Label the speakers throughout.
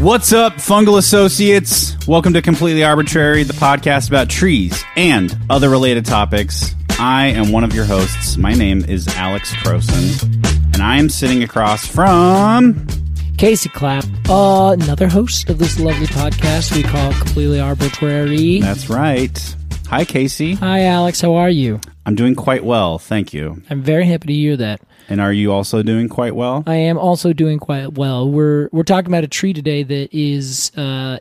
Speaker 1: What's up, Fungal Associates? Welcome to Completely Arbitrary, the podcast about trees and other related topics. I am one of your hosts. My name is Alex Croson, and I am sitting across from.
Speaker 2: Casey Clapp, uh, another host of this lovely podcast we call Completely Arbitrary.
Speaker 1: That's right. Hi, Casey.
Speaker 2: Hi, Alex. How are you?
Speaker 1: I'm doing quite well. Thank you.
Speaker 2: I'm very happy to hear that.
Speaker 1: And are you also doing quite well?
Speaker 2: I am also doing quite well. We're we're talking about a tree today that is uh,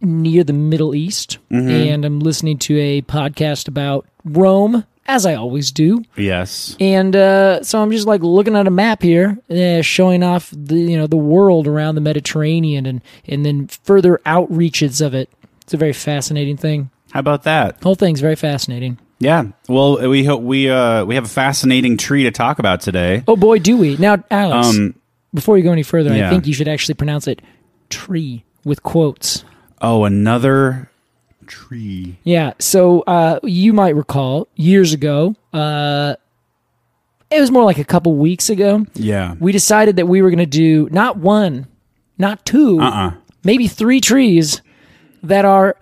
Speaker 2: near the Middle East, and I'm listening to a podcast about Rome, as I always do.
Speaker 1: Yes.
Speaker 2: And uh, so I'm just like looking at a map here, uh, showing off the you know the world around the Mediterranean and and then further outreaches of it. It's a very fascinating thing.
Speaker 1: How about that?
Speaker 2: whole thing's very fascinating.
Speaker 1: Yeah. Well, we hope we uh we have a fascinating tree to talk about today.
Speaker 2: Oh boy, do we now, Alex?
Speaker 1: Um,
Speaker 2: before you go any further,
Speaker 1: yeah.
Speaker 2: I think you should actually pronounce it "tree" with quotes.
Speaker 1: Oh, another tree.
Speaker 2: Yeah. So uh, you might recall years ago, uh, it was more like a couple weeks ago.
Speaker 1: Yeah.
Speaker 2: We decided that we were going to do not one, not 2
Speaker 1: Uh-uh.
Speaker 2: maybe three trees that are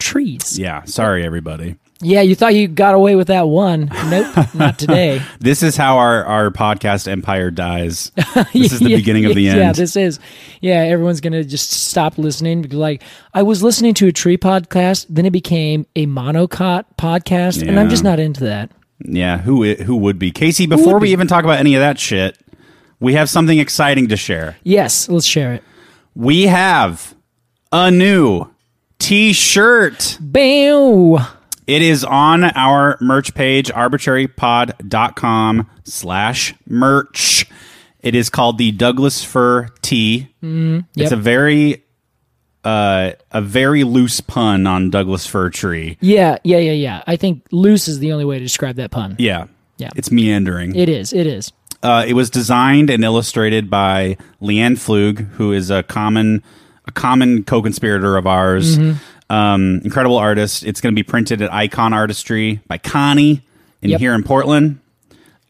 Speaker 2: trees.
Speaker 1: Yeah. Sorry, everybody.
Speaker 2: Yeah, you thought you got away with that one. Nope, not today.
Speaker 1: This is how our, our podcast empire dies. This is the
Speaker 2: Yeah,
Speaker 1: beginning of the end.
Speaker 2: Yeah, this is. Yeah, everyone's gonna just stop listening. because, Like, I was listening to a tree podcast, then it became a monocot podcast, and
Speaker 1: Yeah.
Speaker 2: I'm just not into that.
Speaker 1: yeah, who i- who would be? Casey, before we even talk about any of that shit, we have something exciting to share.
Speaker 2: Yes, let's share it.
Speaker 1: We have a new t-shirt.
Speaker 2: Bam!
Speaker 1: It is on our merch page, arbitrarypod.com slash merch. It is called the Douglas Fir Tea. It's
Speaker 2: yep.
Speaker 1: a very uh, a very loose pun on Douglas Fir Tree.
Speaker 2: Yeah, yeah, yeah, yeah. I think loose is the only way to describe that pun.
Speaker 1: Yeah.
Speaker 2: Yeah.
Speaker 1: It's meandering.
Speaker 2: It is. It is.
Speaker 1: Uh, it was designed and illustrated by Leanne Flug, who is a common a common co-conspirator of ours.
Speaker 2: Mm-hmm.
Speaker 1: Um, incredible artist. It's going to be printed at Icon Artistry by Connie in
Speaker 2: Yep.
Speaker 1: here in Portland.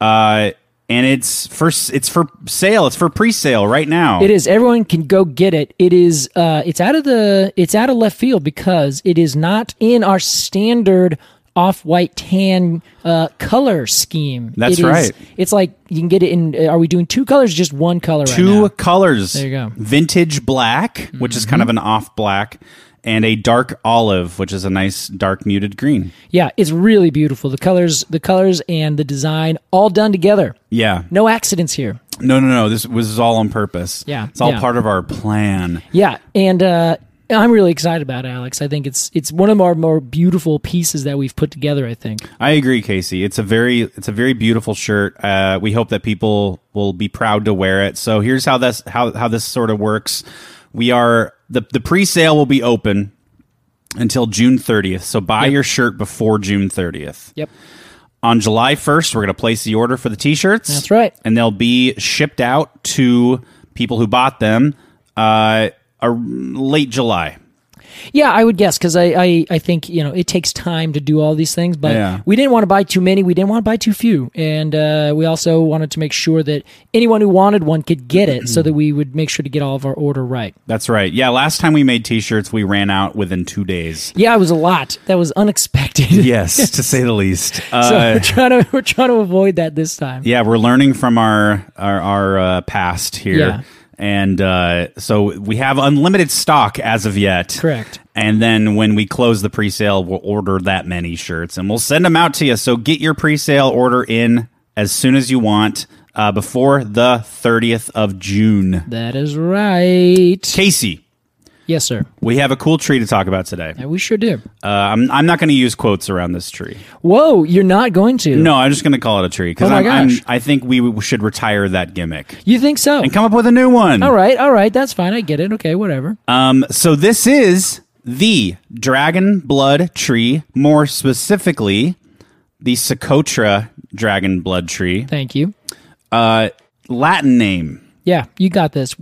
Speaker 1: Uh, and it's for s- it's for sale. It's for pre-sale right now.
Speaker 2: It is. Everyone can go get it. It is. Uh, it's out of the. It's out of left field because it is not in our standard off-white tan uh, color scheme.
Speaker 1: That's
Speaker 2: It is-
Speaker 1: right.
Speaker 2: It's like you can get it in. uh, Are we doing two colors? Or just one color. right
Speaker 1: two
Speaker 2: now?
Speaker 1: colors.
Speaker 2: There you go. Mm-hmm.
Speaker 1: Vintage black, which is kind of an off black, and a dark olive, which is a nice dark muted green.
Speaker 2: Yeah, it's really beautiful. The colors, the colors, and the design all done together.
Speaker 1: Yeah.
Speaker 2: No accidents here.
Speaker 1: No, no, no. This was all on purpose.
Speaker 2: Yeah,
Speaker 1: It's all
Speaker 2: yeah.
Speaker 1: part of our plan.
Speaker 2: Yeah, and uh, I'm really excited about it, Alex. I think it's it's one of our more beautiful pieces that we've put together. I think.
Speaker 1: I agree, Casey. It's a very it's a very beautiful shirt. Uh, we hope that people will be proud to wear it. So here's how this how how this sort of works. We are the the pre-sale will be open until June 30th. So buy your shirt before June 30th.
Speaker 2: Yep.
Speaker 1: On July 1st, we're going to place the order for the t-shirts.
Speaker 2: That's right.
Speaker 1: And they'll be shipped out to people who bought them uh, ar- late July.
Speaker 2: Yeah, I would guess because I, I, I think you know it takes time to do all these things, but
Speaker 1: Yeah.
Speaker 2: we didn't want to buy too many. We didn't want to buy too few, and uh, we also wanted to make sure that anyone who wanted one could get it, so that we would make sure to get all of our order right.
Speaker 1: That's right. Yeah, last time we made t-shirts, we ran out within 2 days.
Speaker 2: Yeah, it was a lot. That was unexpected.
Speaker 1: Yes, to say the least.
Speaker 2: so
Speaker 1: Uh,
Speaker 2: we're trying to we're trying to avoid that this time.
Speaker 1: yeah, we're learning from our our, our uh, past here.
Speaker 2: Yeah.
Speaker 1: And uh, so we have unlimited stock as of yet.
Speaker 2: Correct.
Speaker 1: And then when we close the pre-sale, we'll order that many shirts and we'll send them out to you. So get your pre-sale order in as soon as you want uh, before the 30th of June.
Speaker 2: That is right.
Speaker 1: Casey,
Speaker 2: Yes, sir.
Speaker 1: we have a cool tree to talk about today.
Speaker 2: Yeah, We sure do.
Speaker 1: Uh, I'm, I'm not going to use quotes around this tree.
Speaker 2: Whoa, you're not going to?
Speaker 1: No, I'm just going to call it a tree because
Speaker 2: Oh my
Speaker 1: I'm, I'm-
Speaker 2: gosh.
Speaker 1: I think we should retire that gimmick
Speaker 2: You think so?
Speaker 1: and come up with a new one.
Speaker 2: All right, all right, that's fine. I get it. Okay, whatever.
Speaker 1: Um, so this is the dragon blood tree, more specifically, the Socotra dragon blood tree.
Speaker 2: Thank you.
Speaker 1: Uh, Latin name.
Speaker 2: Yeah, you got this.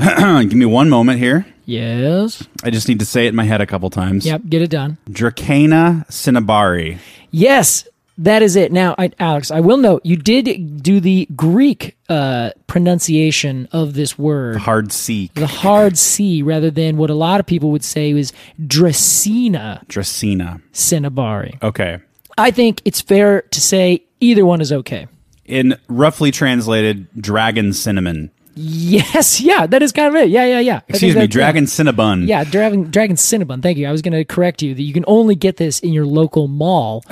Speaker 1: Give me one moment here.
Speaker 2: Yes.
Speaker 1: I just need to say it in my head a couple times.
Speaker 2: Yep, get it done.
Speaker 1: Dracaena cinnabari.
Speaker 2: Yes, that is it. Now, I, Alex, I will note you did do the Greek uh, pronunciation of this word,
Speaker 1: Hard C.
Speaker 2: the hard C, rather than what a lot of people would say is Dracaena
Speaker 1: Dracaena.
Speaker 2: Cinnabari.
Speaker 1: Okay.
Speaker 2: I think it's fair to say either one is okay.
Speaker 1: In roughly translated, dragon cinnamon.
Speaker 2: Yes, yeah, that is kind of it. Yeah, yeah, yeah. I think
Speaker 1: Excuse me,
Speaker 2: that's-
Speaker 1: dragon cinnabun.
Speaker 2: Yeah, Dragon Dragon Cinnabon. Thank you. I was going to correct you that you can only get this in your local mall,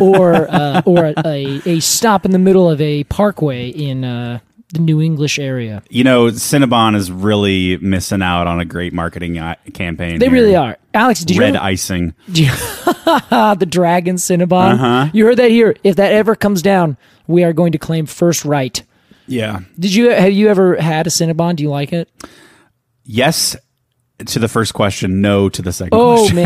Speaker 2: or uh, or a, a, a stop in the middle of a parkway in uh, the New English area.
Speaker 1: You know, Cinnabon is really missing out on a great marketing uh, campaign.
Speaker 2: They
Speaker 1: here.
Speaker 2: really are. Alex, did you
Speaker 1: Red
Speaker 2: ever-
Speaker 1: icing.
Speaker 2: ah, the Dragon Cinnabon?
Speaker 1: Uh-huh.
Speaker 2: You heard that here. If that ever comes down, we are going to claim first right.
Speaker 1: Yeah.
Speaker 2: Did you have you ever had a Cinnabon? Do you like it?
Speaker 1: Yes to the first question, no to the second
Speaker 2: Oh
Speaker 1: question.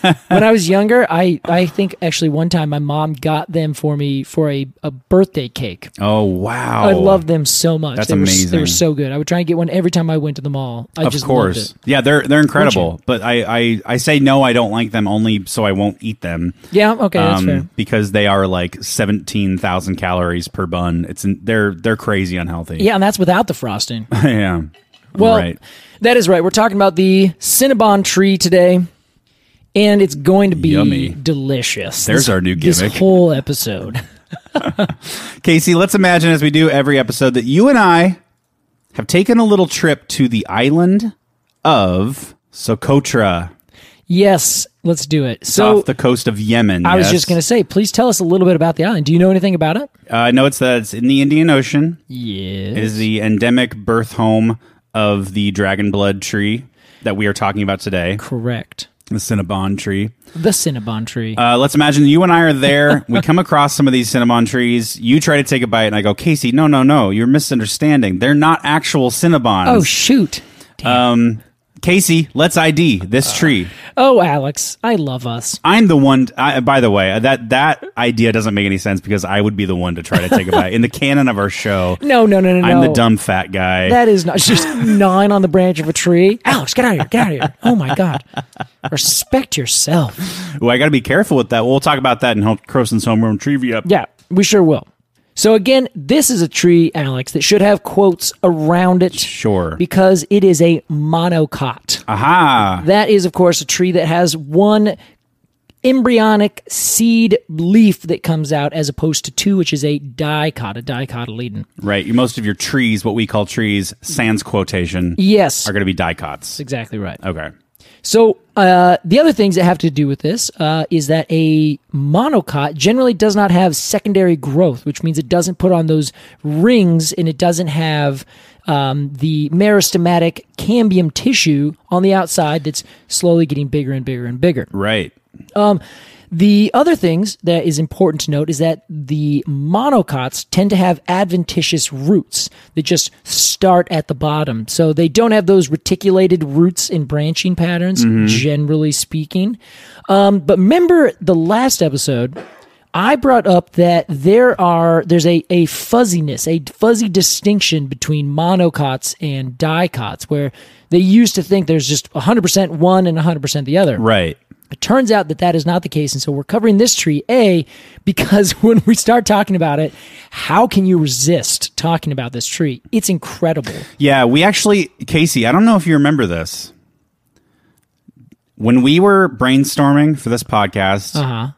Speaker 2: man! when I was younger, I I think actually one time my mom got them for me for a, a birthday cake.
Speaker 1: Oh, wow.
Speaker 2: I love them so much.
Speaker 1: That's
Speaker 2: they were, They
Speaker 1: amazing.
Speaker 2: were so good. I would try and get one every time I went to the mall. I
Speaker 1: Of
Speaker 2: just
Speaker 1: course.
Speaker 2: loved it.
Speaker 1: Yeah, they're they're incredible. But I, I, I say no, I don't like them only so I won't eat them.
Speaker 2: Yeah. Okay. That's fair.
Speaker 1: Um, because they are like seventeen thousand calories per bun. It's in, they're they're crazy unhealthy.
Speaker 2: Yeah, and that's without the frosting.
Speaker 1: yeah.
Speaker 2: Well,
Speaker 1: right.
Speaker 2: that is right. We're talking about the Cinnabon tree today, and it's going to be
Speaker 1: Yummy.
Speaker 2: delicious.
Speaker 1: There's
Speaker 2: This-
Speaker 1: our new
Speaker 2: This
Speaker 1: gimmick.
Speaker 2: whole episode.
Speaker 1: Casey, let's imagine as we do every episode that you and I have taken a little trip to the island of Socotra
Speaker 2: yes, let's do it. So
Speaker 1: off the coast of Yemen.
Speaker 2: I was
Speaker 1: yes.
Speaker 2: just going to say, please tell us a little bit about the island. Do you know anything about it?
Speaker 1: Uh, no, it's that it's in the Indian Ocean. It
Speaker 2: Yeah.
Speaker 1: is the endemic birth home of the dragon blood tree that we are talking about today,
Speaker 2: Correct.
Speaker 1: the Cinnabon tree.
Speaker 2: The Cinnabon tree.
Speaker 1: Uh, let's imagine you and I are there. we come across some of these Cinnabon trees. You try to take a bite, and I go, Casey, no, no, no, you're misunderstanding. They're not actual Cinnabons.
Speaker 2: oh shoot.
Speaker 1: Casey, let's ID this tree.
Speaker 2: Oh, Alex, I love us.
Speaker 1: I'm the one. I, by the way, that that idea doesn't make any sense because I would be the one to try to take a bite in the canon of our show.
Speaker 2: No, no, no, no,
Speaker 1: I'm
Speaker 2: no.
Speaker 1: the dumb fat guy.
Speaker 2: That is not it's just gnawing on the branch of a tree. Alex, get out of here. Get out of here. Oh my God. Respect yourself.
Speaker 1: Ooh, I got to be careful with that. We'll talk about that in Hel- Croson's homeroom trivia.
Speaker 2: Yeah, we sure will. So, again, this is a tree, Alex, that should have quotes around it.
Speaker 1: Sure. Ah.
Speaker 2: Because it is a monocot.
Speaker 1: Aha.
Speaker 2: That is, of course, a tree that has one embryonic seed leaf that comes out as opposed to two, which is a dicot, a dicotyledon.
Speaker 1: Right. you- Most of your trees, what we call trees, sans quotation,
Speaker 2: Yes.
Speaker 1: are going to be dicots.
Speaker 2: Exactly right.
Speaker 1: Okay.
Speaker 2: So uh, the other things that have to do with this uh, is that a monocot generally does not have secondary growth, which means it doesn't put on those rings and it doesn't have um, the meristematic cambium tissue on the outside that's slowly getting bigger and bigger and bigger.
Speaker 1: Right.
Speaker 2: The other things that is important to note is that the monocots tend to have adventitious roots that just start at the bottom. So they don't have those reticulated roots and branching patterns, generally speaking. Um, but remember the last episode, I brought up that there are there's a, a fuzziness, a fuzzy distinction between monocots and dicots, where they used to think there's just 100% one and 100% the other.
Speaker 1: Right.
Speaker 2: It turns out that that is not the case. And so we're covering this tree, A, because when we start talking about it, how can you resist talking about this tree? It's incredible.
Speaker 1: Yeah, we actually, Casey, I don't know if you remember this. When we were brainstorming for this podcast,
Speaker 2: Uh-huh.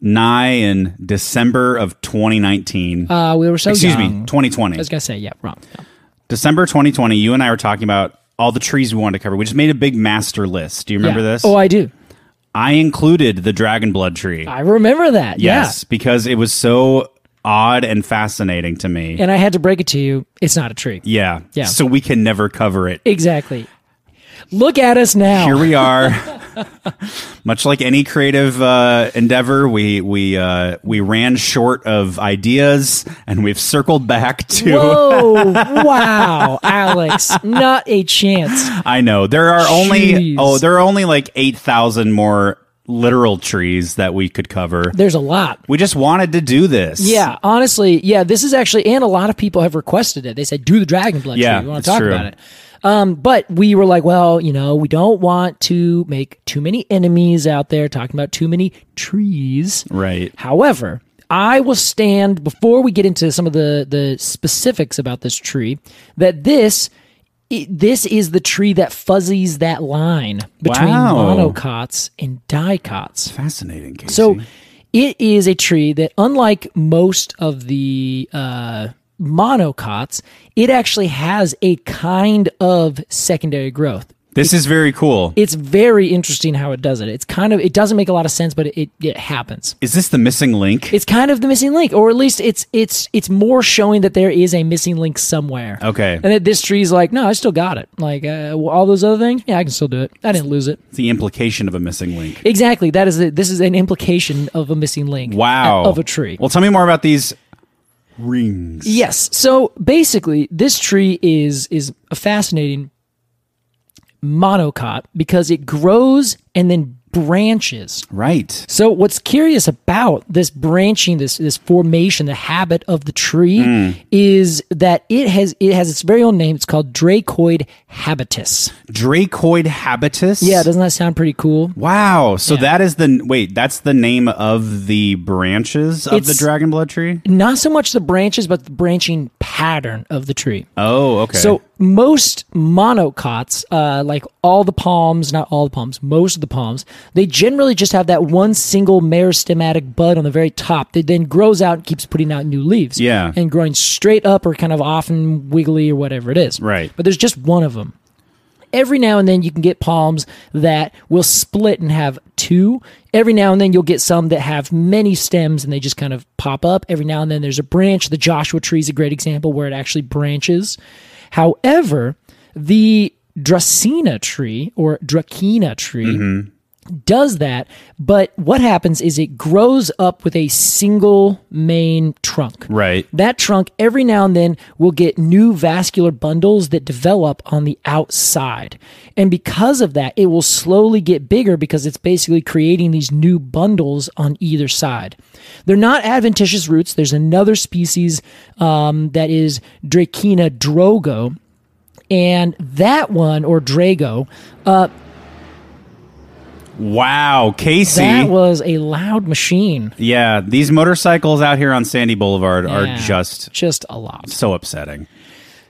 Speaker 1: nigh in December of 2019,
Speaker 2: Uh, we were so
Speaker 1: excuse
Speaker 2: young.
Speaker 1: me, 2020,
Speaker 2: I was going to say, yeah, wrong. No.
Speaker 1: December 2020, you and I were talking about all the trees we wanted to cover. We just made a big master list. Do you remember
Speaker 2: Yeah.
Speaker 1: this?
Speaker 2: Oh, Uh, I do.
Speaker 1: I included the dragon blood tree.
Speaker 2: I remember that.
Speaker 1: yes, because it was so odd and fascinating to me.
Speaker 2: Yeah. And I had to break it to you. It's not a tree.
Speaker 1: yeah.
Speaker 2: Yeah.
Speaker 1: So we can never cover it.
Speaker 2: Exactly. Look at us now.
Speaker 1: Here we are. Much like any creative uh, endeavor, we we uh, we ran short of ideas, and we've circled back to.
Speaker 2: Whoa! wow, Alex, not a chance.
Speaker 1: I know there are only
Speaker 2: Jeez.
Speaker 1: oh there are only like eight thousand more literal trees that we could cover.
Speaker 2: There's a lot.
Speaker 1: We just wanted to do this.
Speaker 2: Yeah, honestly, yeah, this is actually, and a lot of people have requested it. They said, do the dragon blood
Speaker 1: Yeah,
Speaker 2: tree. We want
Speaker 1: it's
Speaker 2: to talk
Speaker 1: true.
Speaker 2: about it. Um, but we were like, well, you know, we don't want to make too many enemies out there talking about too many trees.
Speaker 1: Right.
Speaker 2: However, I will stand before we get into some of the the specifics about this tree that this i- this is the tree that fuzzies that line between
Speaker 1: Wow.
Speaker 2: monocots and dicots.
Speaker 1: Fascinating. Casey.
Speaker 2: So it is a tree that, unlike most of the uh, monocots, it actually has a kind of secondary growth.
Speaker 1: this is very cool.
Speaker 2: It's very interesting how it does it. It's kind of it doesn't make a lot of sense, but it, it happens.
Speaker 1: Is this the missing link?
Speaker 2: It's kind of the missing link, or at least it's it's it's more showing that there is a missing link somewhere.
Speaker 1: Okay.
Speaker 2: and that this tree's like, no, I still got it. Like uh, all those other things, yeah, I can still do it. I didn't lose it.
Speaker 1: It's the implication of a missing link.
Speaker 2: Exactly. That is a, this is an implication of a missing link.
Speaker 1: Wow.
Speaker 2: of a tree.
Speaker 1: Well, tell me more about these rings.
Speaker 2: Yes. So basically, this tree is is a fascinating monocot because it grows and then branches.
Speaker 1: Right.
Speaker 2: So what's curious about this branching, this this formation, the habit of the tree is that it has it has its very own name. It's called Dracoid habitus.
Speaker 1: Dracoid habitus.
Speaker 2: Yeah, doesn't that sound pretty cool?
Speaker 1: Wow. So that is the wait. That's the name of the branches of the
Speaker 2: It's-
Speaker 1: dragon blood tree.
Speaker 2: Not so much the branches, but the branching pattern of the tree.
Speaker 1: Oh, okay.
Speaker 2: So most monocots, uh, like all the palms, not all the palms, most of the palms, they generally just have that one single meristematic bud on the very top that then grows out and keeps putting out new leaves.
Speaker 1: Yeah.
Speaker 2: And growing straight up or kind of off and wiggly or whatever it is.
Speaker 1: Right.
Speaker 2: But there's just one of them. Every now and then you can get palms that will split and have two. Every now and then you'll get some that have many stems and they just kind of pop up. Every now and then there's a branch. The Joshua tree is a great example where it actually branches. However, the Dracena tree or Dracena tree does that, but what happens is it grows up with a single main trunk.
Speaker 1: Right.
Speaker 2: That trunk every now and then will get new vascular bundles that develop on the outside. And because of that, it will slowly get bigger because it's basically creating these new bundles on either side. They're not adventitious roots. There's another species um, that is Dracena drogo. And that one, or Drago,
Speaker 1: wow, Casey.
Speaker 2: that was a loud machine.
Speaker 1: yeah, these motorcycles out here on Sandy Boulevard
Speaker 2: Yeah,
Speaker 1: are just
Speaker 2: just a lot.
Speaker 1: so upsetting.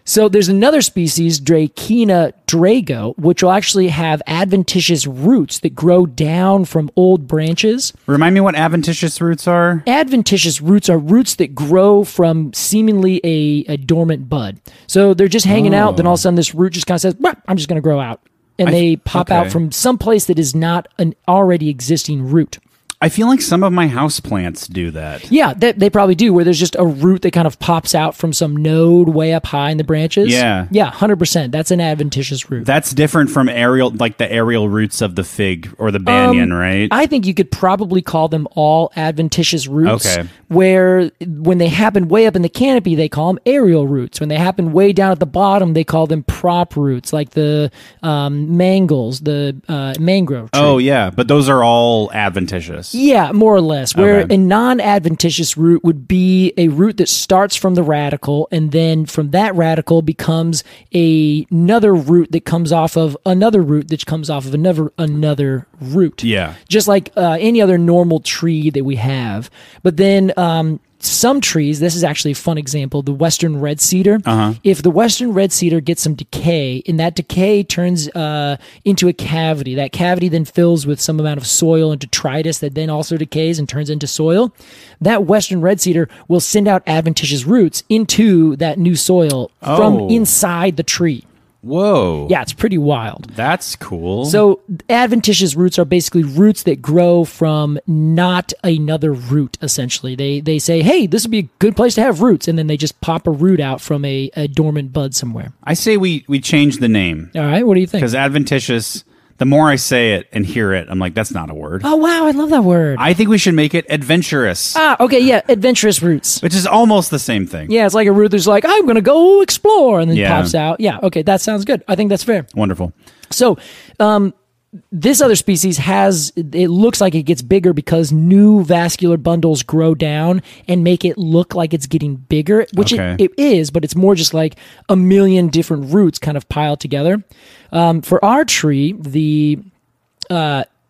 Speaker 2: So there's another species, Dracena drago, which will actually have adventitious roots that grow down from old branches.
Speaker 1: Remind me what adventitious roots are.
Speaker 2: Adventitious roots are roots that grow from seemingly a, a dormant bud. So they're just hanging out, then all of a sudden this root just kind of says, "Bah, I'm just going to grow out. And
Speaker 1: Oh. I-
Speaker 2: they pop out
Speaker 1: okay.
Speaker 2: from some place that is not an already existing root.
Speaker 1: I feel like some of my house plants do that.
Speaker 2: Yeah, that they probably do. Where there's just a root that kind of pops out from some node way up high in the branches.
Speaker 1: Yeah.
Speaker 2: yeah, hundred percent. That's an adventitious root.
Speaker 1: That's different from aerial, like the aerial roots of the fig or the banyan, right?
Speaker 2: Um, I think you could probably call them all adventitious roots.
Speaker 1: Okay.
Speaker 2: Where when they happen way up in the canopy, they call them aerial roots. When they happen way down at the bottom, they call them prop roots, like the um, mangles, the uh, mangrove. Tree.
Speaker 1: oh yeah, but those are all adventitious. less.
Speaker 2: Yeah, more or less. Where
Speaker 1: Okay.
Speaker 2: a non adventitious root would be a root that starts from the radical and then from that radical becomes a, another root that comes off of another root that comes off of another another root.
Speaker 1: Yeah.
Speaker 2: Just like uh, any other normal tree that we have. But then um, some trees, this is actually a fun example, the western red cedar. Uh-huh. If the western red cedar gets some decay, and that decay turns uh, into a cavity, that cavity then fills with some amount of soil and detritus that then also decays and turns into soil, that western red cedar will send out adventitious roots into that new soil
Speaker 1: Oh.
Speaker 2: from inside the tree.
Speaker 1: Whoa.
Speaker 2: Yeah, it's pretty wild.
Speaker 1: That's cool.
Speaker 2: So adventitious roots are basically roots that grow from not another root. Essentially, they they say, "Hey, this would be a good place to have roots," and then they just pop a root out from a, a dormant bud somewhere.
Speaker 1: I say we we change the name
Speaker 2: All right, what do you think?
Speaker 1: because adventitious. The more I say it and hear it, I'm like, that's not a word.
Speaker 2: Oh wow, I love that word.
Speaker 1: I think we should make it adventurous,
Speaker 2: ah, okay, yeah, adventurous roots.
Speaker 1: which is almost the same thing.
Speaker 2: Yeah, it's like a root that's like, "I'm gonna go explore," and then
Speaker 1: Yeah.
Speaker 2: pops out. Yeah, okay, that sounds good. I think that's fair.
Speaker 1: Wonderful.
Speaker 2: So, um, this other species has it looks like it gets bigger because new vascular bundles grow down and make it look like it's getting bigger, which
Speaker 1: Okay.
Speaker 2: it, it is, but it's more just like a million different roots kind of piled together. Um, for our tree, the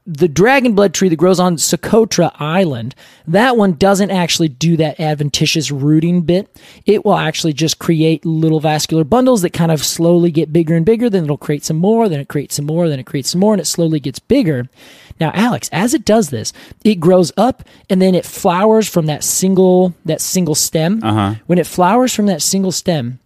Speaker 2: the dragon blood tree that grows on Socotra Island, that one doesn't actually do that adventitious rooting bit. It will actually just create little vascular bundles that kind of slowly get bigger and bigger. Then it'll create some more, then it creates some more, then it creates some more, and it slowly gets bigger. Now, Alex, as it does this, it grows up and then it flowers from that single that single stem. Uh-huh. When it flowers from that single stem,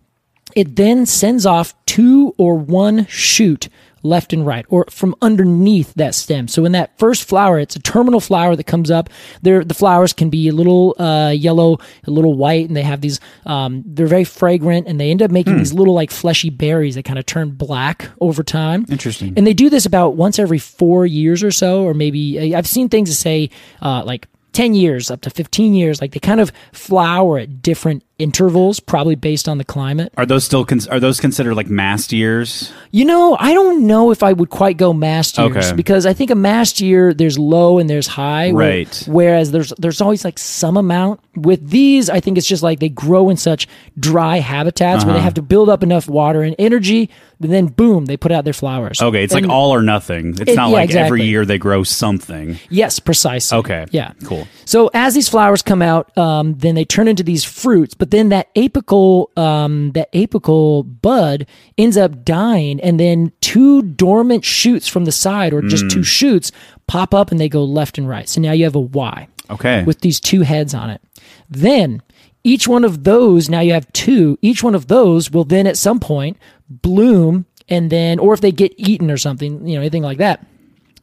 Speaker 2: it then sends off two or one shoot left and right or from underneath that stem so in that first flower it's a terminal flower that comes up there the flowers can be a little uh, yellow a little white and they have these um, they're very fragrant and they end up making these little like fleshy berries that kind of turn black over time
Speaker 1: Interesting.
Speaker 2: and they do this about once every four years or so or maybe i've seen things that say uh, like 10 years up to 15 years like they kind of flower at different intervals probably based on the climate
Speaker 1: Are those still cons- are those considered like mast years?
Speaker 2: you know, I don't know if I would quite go mast years
Speaker 1: Okay.
Speaker 2: because I think a mast year there's low and there's high. where-
Speaker 1: Right.
Speaker 2: whereas there's there's always like some amount. With these, I think it's just like they grow in such dry habitats where they
Speaker 1: Uh-huh.
Speaker 2: have to build up enough water and energy, and then boom, they put out their flowers.
Speaker 1: Okay, it's
Speaker 2: And-
Speaker 1: like all or nothing. It's
Speaker 2: It-
Speaker 1: not
Speaker 2: yeah,
Speaker 1: like
Speaker 2: exactly.
Speaker 1: every year they grow something.
Speaker 2: Yes, precisely.
Speaker 1: Okay.
Speaker 2: Yeah.
Speaker 1: Cool.
Speaker 2: So as these flowers come out, um, then they turn into these fruits, but then that apical, um, that apical bud ends up dying, and then two dormant shoots from the side, or just two shoots, pop up and they go left and right. So now you have a Y
Speaker 1: Okay.
Speaker 2: with these two heads on it. Then each one of those, now you have two, each one of those will then at some point bloom and then, or if they get eaten or something, you know, anything like that,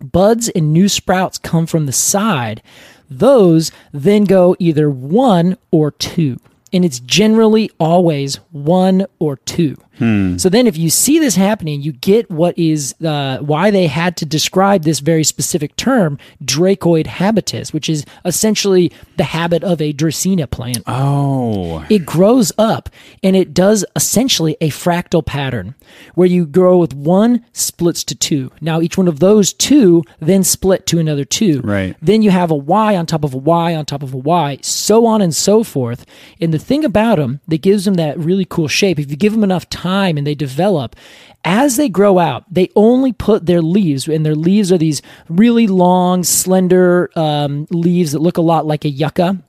Speaker 2: buds and new sprouts come from the side. Those then go either one or two. And it's generally always one or two. So then, if you see this happening, you get what is uh, why they had to describe this very specific term, dracoid habitus, which is essentially the habit of a Dracaena plant.
Speaker 1: oh,
Speaker 2: It grows up and it does essentially a fractal pattern where you grow with one splits to two. Now, each one of those two then split to another two.
Speaker 1: Right.
Speaker 2: Then you have a Y on top of a Y on top of a Y, so on and so forth. And the thing about them that gives them that really cool shape, if you give them enough time and they develop, as they grow out, they only put their leaves, and their leaves are these really long, slender um, leaves that look a lot like a yucca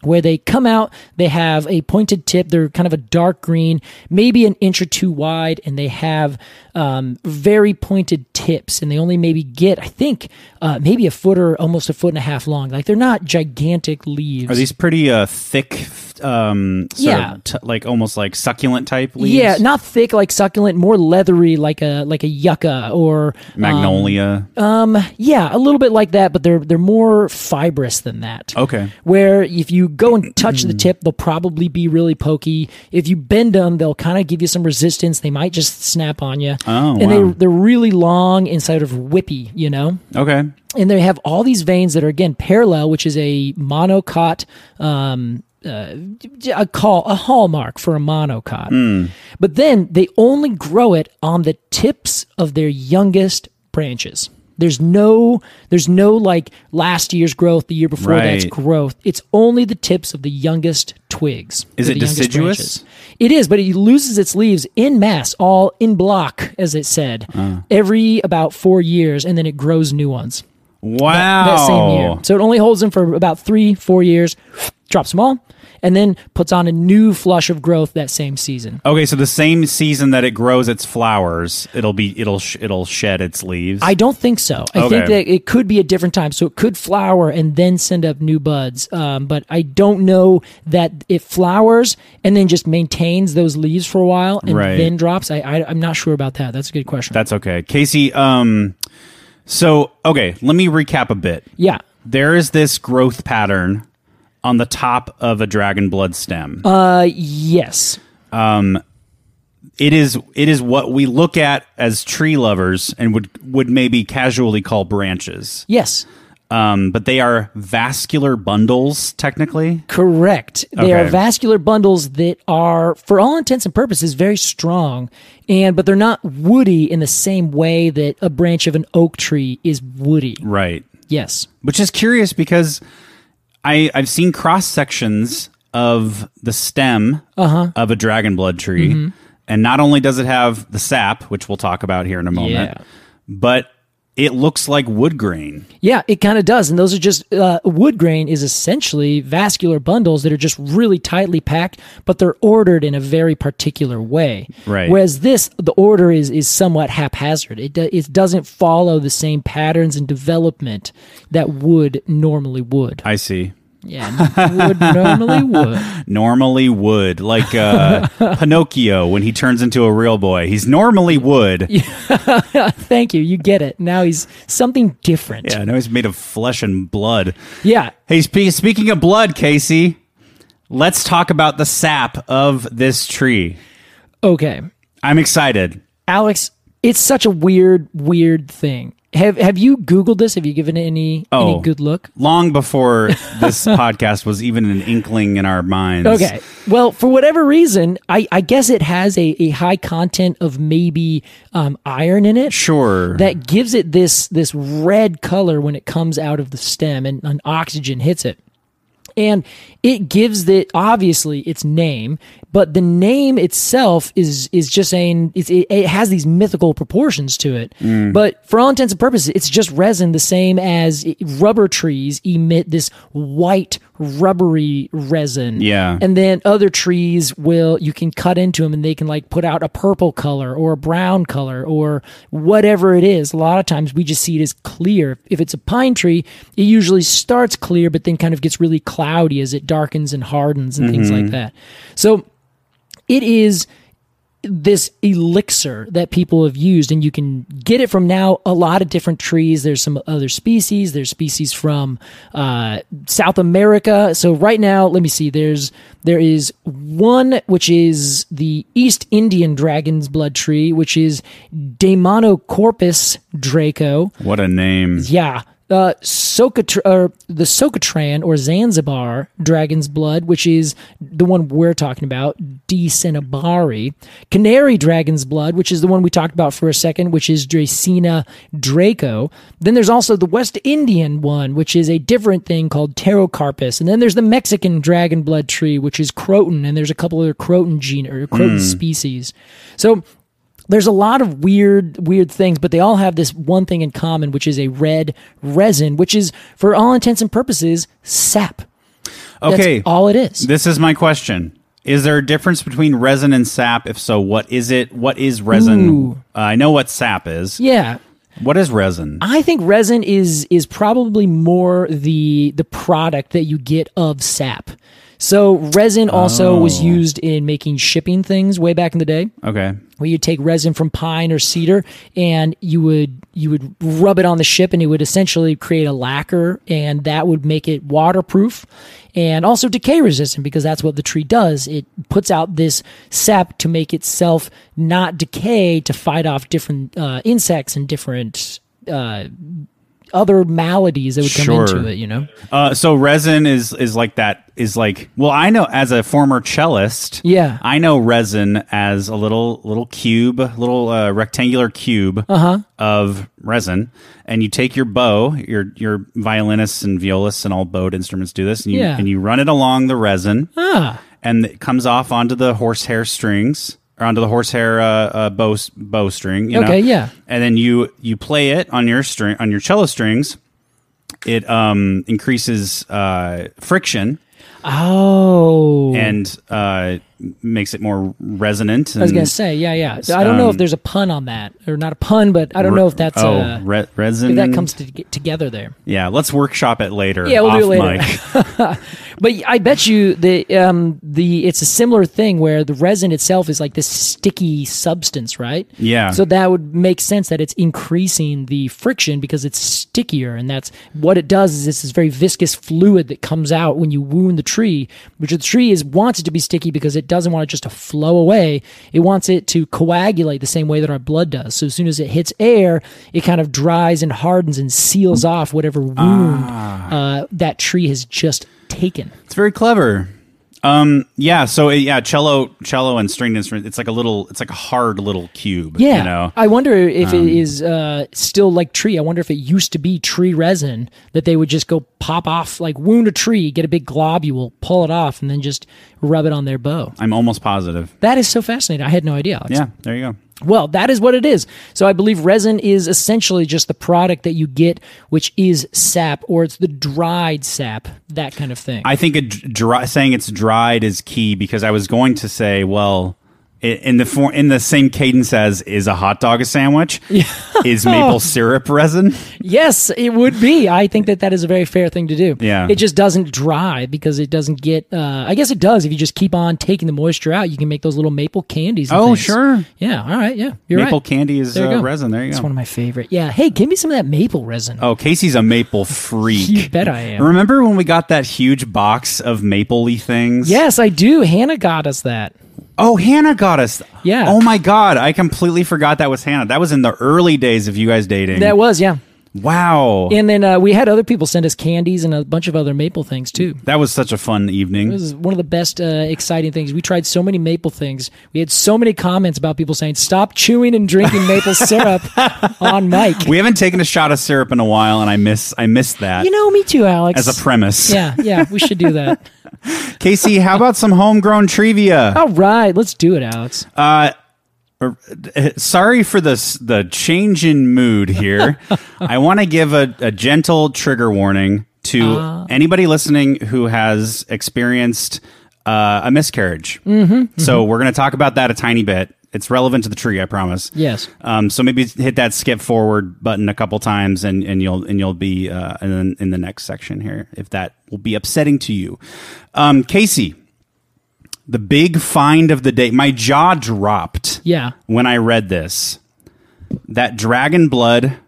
Speaker 2: where they come out, they have a pointed tip. They're kind of a dark green, maybe an inch or two wide, and they have um, very pointed tips. And they only maybe get, I think, uh, maybe a foot or almost a foot and a half long. Like they're not gigantic leaves.
Speaker 1: are these pretty uh, thick? f- Um, sort
Speaker 2: Yeah.
Speaker 1: of t- like almost like succulent type leaves.
Speaker 2: Yeah, not thick like succulent, more leathery like a like a yucca or
Speaker 1: magnolia.
Speaker 2: uh, yeah, a little bit like that, but they're they're more fibrous than that.
Speaker 1: okay.
Speaker 2: where if you go and touch the tip, they'll probably be really pokey. If you bend them, they'll kind of give you some resistance. They might just snap on you.
Speaker 1: Oh, wow.
Speaker 2: and they they're really long and sort of whippy, you know.
Speaker 1: Okay.
Speaker 2: And they have all these veins that are again parallel, which is a monocot. Um, uh, a call a hallmark for a monocot,
Speaker 1: Hmm.
Speaker 2: but then they only grow it on the tips of their youngest branches. There's no there's no like last year's growth, the year before that's
Speaker 1: Right.
Speaker 2: growth. It's only the tips of the youngest twigs.
Speaker 1: Is
Speaker 2: or
Speaker 1: it
Speaker 2: the youngest
Speaker 1: deciduous?
Speaker 2: branches. It is, but it loses its leaves in mass, all in block, as it said,
Speaker 1: Ah.
Speaker 2: every about four years, and then it grows new ones
Speaker 1: Wow.
Speaker 2: that same year. So it only holds them for about three, four years, drops them all, and then puts on a new flush of growth that same season.
Speaker 1: Okay, so the same season that it grows its flowers, it'll be it'll sh- it'll shed its leaves.
Speaker 2: I don't think so. I think
Speaker 1: Okay.
Speaker 2: that it could be a different time. So it could flower and then send up new buds. Um, but I don't know that it flowers and then just maintains those leaves for a while and
Speaker 1: Right.
Speaker 2: then drops. I, I, I'm not sure about that. That's a good question.
Speaker 1: That's okay, Casey. Um, so okay, let me recap a bit.
Speaker 2: yeah.
Speaker 1: There is this growth pattern on the top of a dragon blood stem.
Speaker 2: Uh, yes.
Speaker 1: it is it is what we look at as tree lovers and would would maybe casually call branches.
Speaker 2: Yes.
Speaker 1: Um, but they are vascular bundles technically.
Speaker 2: Correct. They
Speaker 1: Okay.
Speaker 2: are vascular bundles that are, for all intents and purposes, very strong, and but they're not woody in the same way that a branch of an oak tree is woody.
Speaker 1: Right.
Speaker 2: Yes.
Speaker 1: which is curious because I I've seen cross sections of the stem of a dragon blood tree, and not only does it have the sap, which we'll talk about here in a moment,
Speaker 2: Yeah.
Speaker 1: but it looks like wood grain.
Speaker 2: Yeah, it kind of does, and those are just uh, wood grain is essentially vascular bundles that are just really tightly packed, but they're ordered in a very particular way.
Speaker 1: Right.
Speaker 2: Whereas this, the order is is somewhat haphazard. It do, it doesn't follow the same patterns and development that wood normally would.
Speaker 1: I see.
Speaker 2: Yeah, wood normally would.
Speaker 1: Normally wood, like uh, Pinocchio when he turns into a real boy. He's normally wood. Yeah,
Speaker 2: Thank you. You get it. Now he's something different.
Speaker 1: now he's made of flesh and blood.
Speaker 2: Yeah.
Speaker 1: Hey, spe- speaking of blood, Casey, let's talk about the sap of this tree.
Speaker 2: Okay.
Speaker 1: I'm excited.
Speaker 2: Alex, it's such a weird, weird thing. Have Have you Googled this? Have you given it any
Speaker 1: Oh.
Speaker 2: any good look?
Speaker 1: long before this podcast was even an inkling in our minds.
Speaker 2: Okay. Well, for whatever reason, I, I guess it has a, a high content of maybe um, iron in it.
Speaker 1: Sure.
Speaker 2: That gives it this this red color when it comes out of the stem and, and oxygen hits it. And it gives it obviously its name, but the name itself is is just saying it's, it, it has these mythical proportions to it.
Speaker 1: Mm.
Speaker 2: But for all intents and purposes, it's just resin, the same as rubber trees emit this white rubbery resin.
Speaker 1: Yeah.
Speaker 2: And then other trees will you can cut into them and they can like put out a purple color or a brown color or whatever it is. A lot of times we just see it as clear. If it's a pine tree, it usually starts clear but then kind of gets really cloudy as it darkens and hardens and things like that. So it is this elixir that people have used and you can get it from now a lot of different trees there's some other species there's species from uh, south america so right now let me see there's there is one which is the east indian dragon's blood tree which is daemonicorpus draco
Speaker 1: What a name.
Speaker 2: yeah. Uh, Socatra- or the Socatran or Zanzibar Dragon's Blood, which is the one we're talking about, D. Cenabari. Canary Dragon's Blood, which is the one we talked about for a second, which is Dracaena Draco. Then there's also the West Indian one, which is a different thing called Pterocarpus. And then there's the Mexican Dragon Blood tree, which is Croton. And there's a couple other Croton gene or Croton species. So there's a lot of weird weird things but they all have this one thing in common which is a red resin which is for all intents and purposes sap That's
Speaker 1: Okay.
Speaker 2: all it is
Speaker 1: this is my question. Is there a difference between resin and sap? If so, what is it? What is resin? Uh, I know what sap is.
Speaker 2: yeah
Speaker 1: What is resin?
Speaker 2: i think resin is is probably more the the product that you get of sap so resin also was used in making shipping things way back in the day
Speaker 1: Okay.
Speaker 2: where you take resin from pine or cedar and you would you would rub it on the ship and it would essentially create a lacquer and that would make it waterproof and also decay resistant because that's what the tree does it puts out this sap to make itself not decay to fight off different uh, insects and different uh, other maladies that would come
Speaker 1: Sure.
Speaker 2: into it, you know?
Speaker 1: Uh, so resin is is like that is like well I know as a former cellist
Speaker 2: Yeah.
Speaker 1: I know resin as a little little cube little uh, rectangular cube
Speaker 2: Uh-huh.
Speaker 1: of resin and you take your bow your your violinists and violists and all bowed instruments do this and you
Speaker 2: Yeah.
Speaker 1: and you run it along the resin
Speaker 2: Ah,
Speaker 1: and it comes off onto the horsehair strings or onto the horsehair uh, uh, bow bow string. You
Speaker 2: Okay,
Speaker 1: know?
Speaker 2: yeah.
Speaker 1: And then you you play it on your string on your cello strings. It um, increases uh, friction
Speaker 2: oh.
Speaker 1: and uh, makes it more resonant.
Speaker 2: I was gonna say, yeah, yeah. So I don't
Speaker 1: um,
Speaker 2: know if there's a pun on that, or not a pun, but I don't know if that's
Speaker 1: oh
Speaker 2: uh
Speaker 1: re-
Speaker 2: if
Speaker 1: resin.
Speaker 2: that comes to get together there.
Speaker 1: yeah, let's workshop it later.
Speaker 2: Yeah, we'll do
Speaker 1: off
Speaker 2: it later.
Speaker 1: mic.
Speaker 2: But I bet you the um the it's a similar thing where the resin itself is like this sticky substance, right?
Speaker 1: Yeah.
Speaker 2: So that would make sense that it's increasing the friction because it's stickier, and that's what it does. Is it's this very viscous fluid that comes out when you wound the tree, which the tree is wants it to be sticky because it doesn't want it just to flow away. It wants it to coagulate the same way that our blood does. So as soon as it hits air, it kind of dries and hardens and seals off whatever wound uh, that tree has just taken.
Speaker 1: It's very clever. Um, yeah, so uh, yeah, cello, cello, and stringed instrument. It's like a little, it's like a hard little cube.
Speaker 2: Yeah,
Speaker 1: you know, Um,
Speaker 2: I wonder if it is uh, still like tree. I wonder if it used to be tree resin that they would just go pop off, like wound a tree, get a big globule, pull it off, and then just rub it on their bow.
Speaker 1: I'm almost positive.
Speaker 2: That is so fascinating. I had no idea. Alex.
Speaker 1: Yeah, there you go.
Speaker 2: Well, that is what it is. So I believe resin is essentially just the product that you get, which is sap, or it's the dried sap, that kind of thing.
Speaker 1: I think a d- dry, saying it's dried is key because I was going to say, well, i- in the for, in the same cadence as is a hot dog a sandwich? is maple syrup resin?
Speaker 2: Yes, it would be. I think that that is a very fair thing to do.
Speaker 1: Yeah.
Speaker 2: It just doesn't dry because it doesn't get, uh, I guess it does. If you just keep on taking the moisture out, you can make those little maple candies. and
Speaker 1: Oh,
Speaker 2: things.
Speaker 1: sure.
Speaker 2: Yeah. All right. Yeah. You're
Speaker 1: maple
Speaker 2: right.
Speaker 1: candy is
Speaker 2: There you
Speaker 1: uh,
Speaker 2: go.
Speaker 1: resin. There you
Speaker 2: It's
Speaker 1: go.
Speaker 2: one of my favorite. Yeah. Hey, give me some of that maple resin.
Speaker 1: oh, Casey's a maple freak.
Speaker 2: You bet I am.
Speaker 1: Remember when we got that huge box of mapley things?
Speaker 2: Yes, I do. Hannah got us that.
Speaker 1: Oh, Hannah got us.
Speaker 2: Yeah.
Speaker 1: Oh my God, I completely forgot that was Hannah. That was in the early days of you guys dating.
Speaker 2: That was, yeah.
Speaker 1: wow.
Speaker 2: And then uh, we had other people send us candies and a bunch of other maple things too.
Speaker 1: that was such a fun evening.
Speaker 2: This is one of the best uh, exciting things. We tried so many maple things. We had so many comments about people saying, stop chewing and drinking maple syrup on mic.
Speaker 1: we haven't taken a shot of syrup in a while, and I miss I missed that
Speaker 2: you know, me too, Alex.
Speaker 1: as a premise.
Speaker 2: yeah, yeah, we should do that.
Speaker 1: Casey, how about some homegrown trivia?
Speaker 2: All right, let's do it, Alex.
Speaker 1: Uh, Sorry for the s- the change in mood here. I want to give a, a gentle trigger warning to
Speaker 2: Uh.
Speaker 1: anybody listening who has experienced uh, a miscarriage.
Speaker 2: Mm-hmm,
Speaker 1: So we're going to talk about that a tiny bit. It's relevant to the tree, I promise.
Speaker 2: Yes.
Speaker 1: Um, so maybe hit that skip forward button a couple times, and, and you'll and you'll be uh, in, in the next section here if that will be upsetting to you. Um, Casey, the big find of the day. My jaw dropped
Speaker 2: yeah.
Speaker 1: when I read this that dragon blood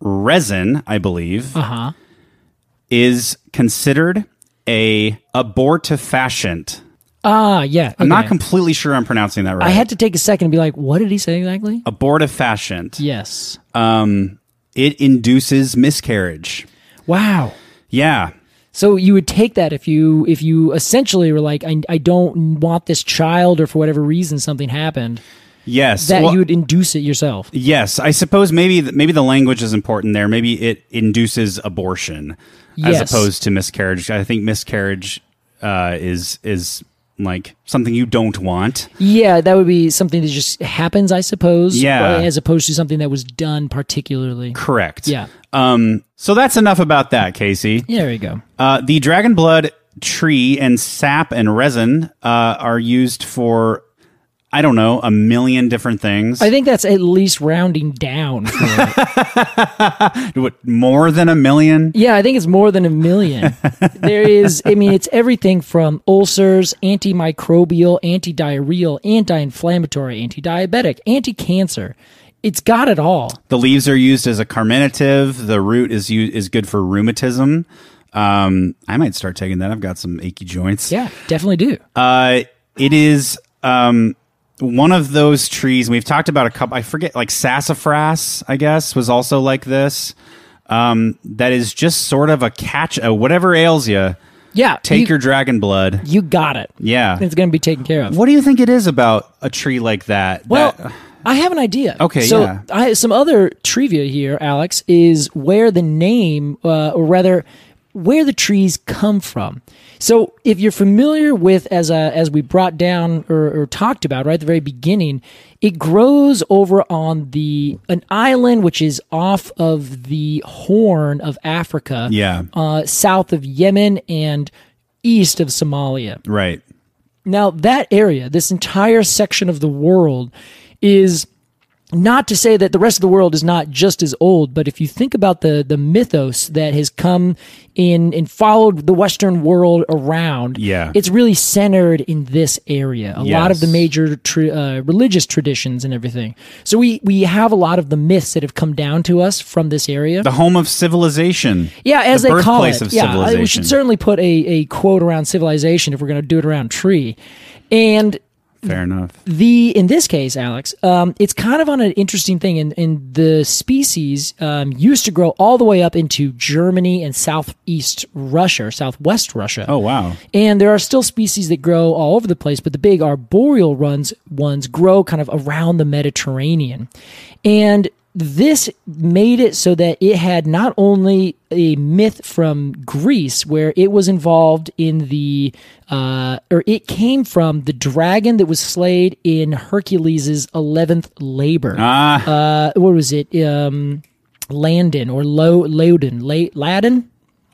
Speaker 1: resin, I believe,
Speaker 2: Uh-huh.
Speaker 1: is considered a abortifacient.
Speaker 2: Ah, yeah.
Speaker 1: I'm not
Speaker 2: okay.
Speaker 1: completely sure I'm pronouncing that right.
Speaker 2: I had to take a second and be like, what did he say exactly?
Speaker 1: abortifacient.
Speaker 2: Yes.
Speaker 1: Um, it induces miscarriage.
Speaker 2: Wow.
Speaker 1: Yeah.
Speaker 2: So you would take that if you if you essentially were like, I, I don't want this child, or for whatever reason something happened,
Speaker 1: Yes.
Speaker 2: that
Speaker 1: Well,
Speaker 2: you would induce it yourself.
Speaker 1: Yes, I suppose maybe th- maybe the language is important there. Maybe it induces abortion
Speaker 2: Yes.
Speaker 1: as opposed to miscarriage. I think miscarriage uh, is is like something you don't want.
Speaker 2: Yeah, that would be something that just happens, I suppose.
Speaker 1: Yeah.
Speaker 2: As opposed to something that was done particularly.
Speaker 1: Correct.
Speaker 2: Yeah.
Speaker 1: Um. So that's enough about that, Casey.
Speaker 2: Yeah, there you go.
Speaker 1: Uh, the dragon blood tree and sap and resin uh, are used for I don't know a million different things.
Speaker 2: I think that's at least rounding down. For
Speaker 1: What, more than a million.
Speaker 2: Yeah, I think it's more than a million. there is, I mean, it's everything from ulcers, antimicrobial, antidiarrheal, anti inflammatory, anti diabetic, anti cancer. It's got it all.
Speaker 1: The leaves are used as a carminative. The root is u- is good for rheumatism. Um, I might start taking that. I've got some achy joints.
Speaker 2: Yeah, definitely do.
Speaker 1: Uh, it is um, one of those trees. We've talked about a couple. I forget, like sassafras. I guess was also like this. um, that is just sort of a catch. Uh, whatever ails you,
Speaker 2: Yeah.
Speaker 1: take
Speaker 2: you,
Speaker 1: your dragon blood.
Speaker 2: You got it.
Speaker 1: Yeah.
Speaker 2: It's going to be taken care of.
Speaker 1: What do you think it is about a tree like that?
Speaker 2: Well,
Speaker 1: that-
Speaker 2: I have an idea.
Speaker 1: Okay,
Speaker 2: so
Speaker 1: yeah.
Speaker 2: I, some other trivia here, Alex, is where the name, uh, or rather, where the trees come from. So, if you're familiar with, as uh, as we brought down or, or talked about right at the very beginning, it grows over on the an island which is off of the Horn of Africa,
Speaker 1: Yeah.
Speaker 2: uh, south of Yemen and east of Somalia.
Speaker 1: right.
Speaker 2: Now, that area, this entire section of the world, is not to say that the rest of the world is not just as old, but if you think about the, the mythos that has come in and followed the Western world around,
Speaker 1: Yeah.
Speaker 2: it's really centered in this area. A lot of the
Speaker 1: Yes.
Speaker 2: major tr uh, religious traditions and everything. So we, we have a lot of the myths that have come down to us from this area.
Speaker 1: The home of civilization.
Speaker 2: Yeah, as
Speaker 1: the
Speaker 2: they call it.
Speaker 1: birthplace Of
Speaker 2: yeah, I-
Speaker 1: civilization.
Speaker 2: we should certainly put a, a quote around civilization if we're going to do it around tree. And
Speaker 1: Fair enough.
Speaker 2: the in this case, Alex, um, it's kind of on an interesting thing. And, and the species um, used to grow all the way up into Germany and southeast Russia, or southwest Russia.
Speaker 1: Oh wow.
Speaker 2: And there are still species that grow all over the place, but the big arboreal runs ones grow kind of around the Mediterranean. And this made it so that it had not only a myth from Greece, where it was involved in the, uh, or it came from the dragon that was slayed in Hercules' 11th labor.
Speaker 1: Ah,
Speaker 2: Uh, what was it? Um, Landon or Lo- Loden? La- Laden?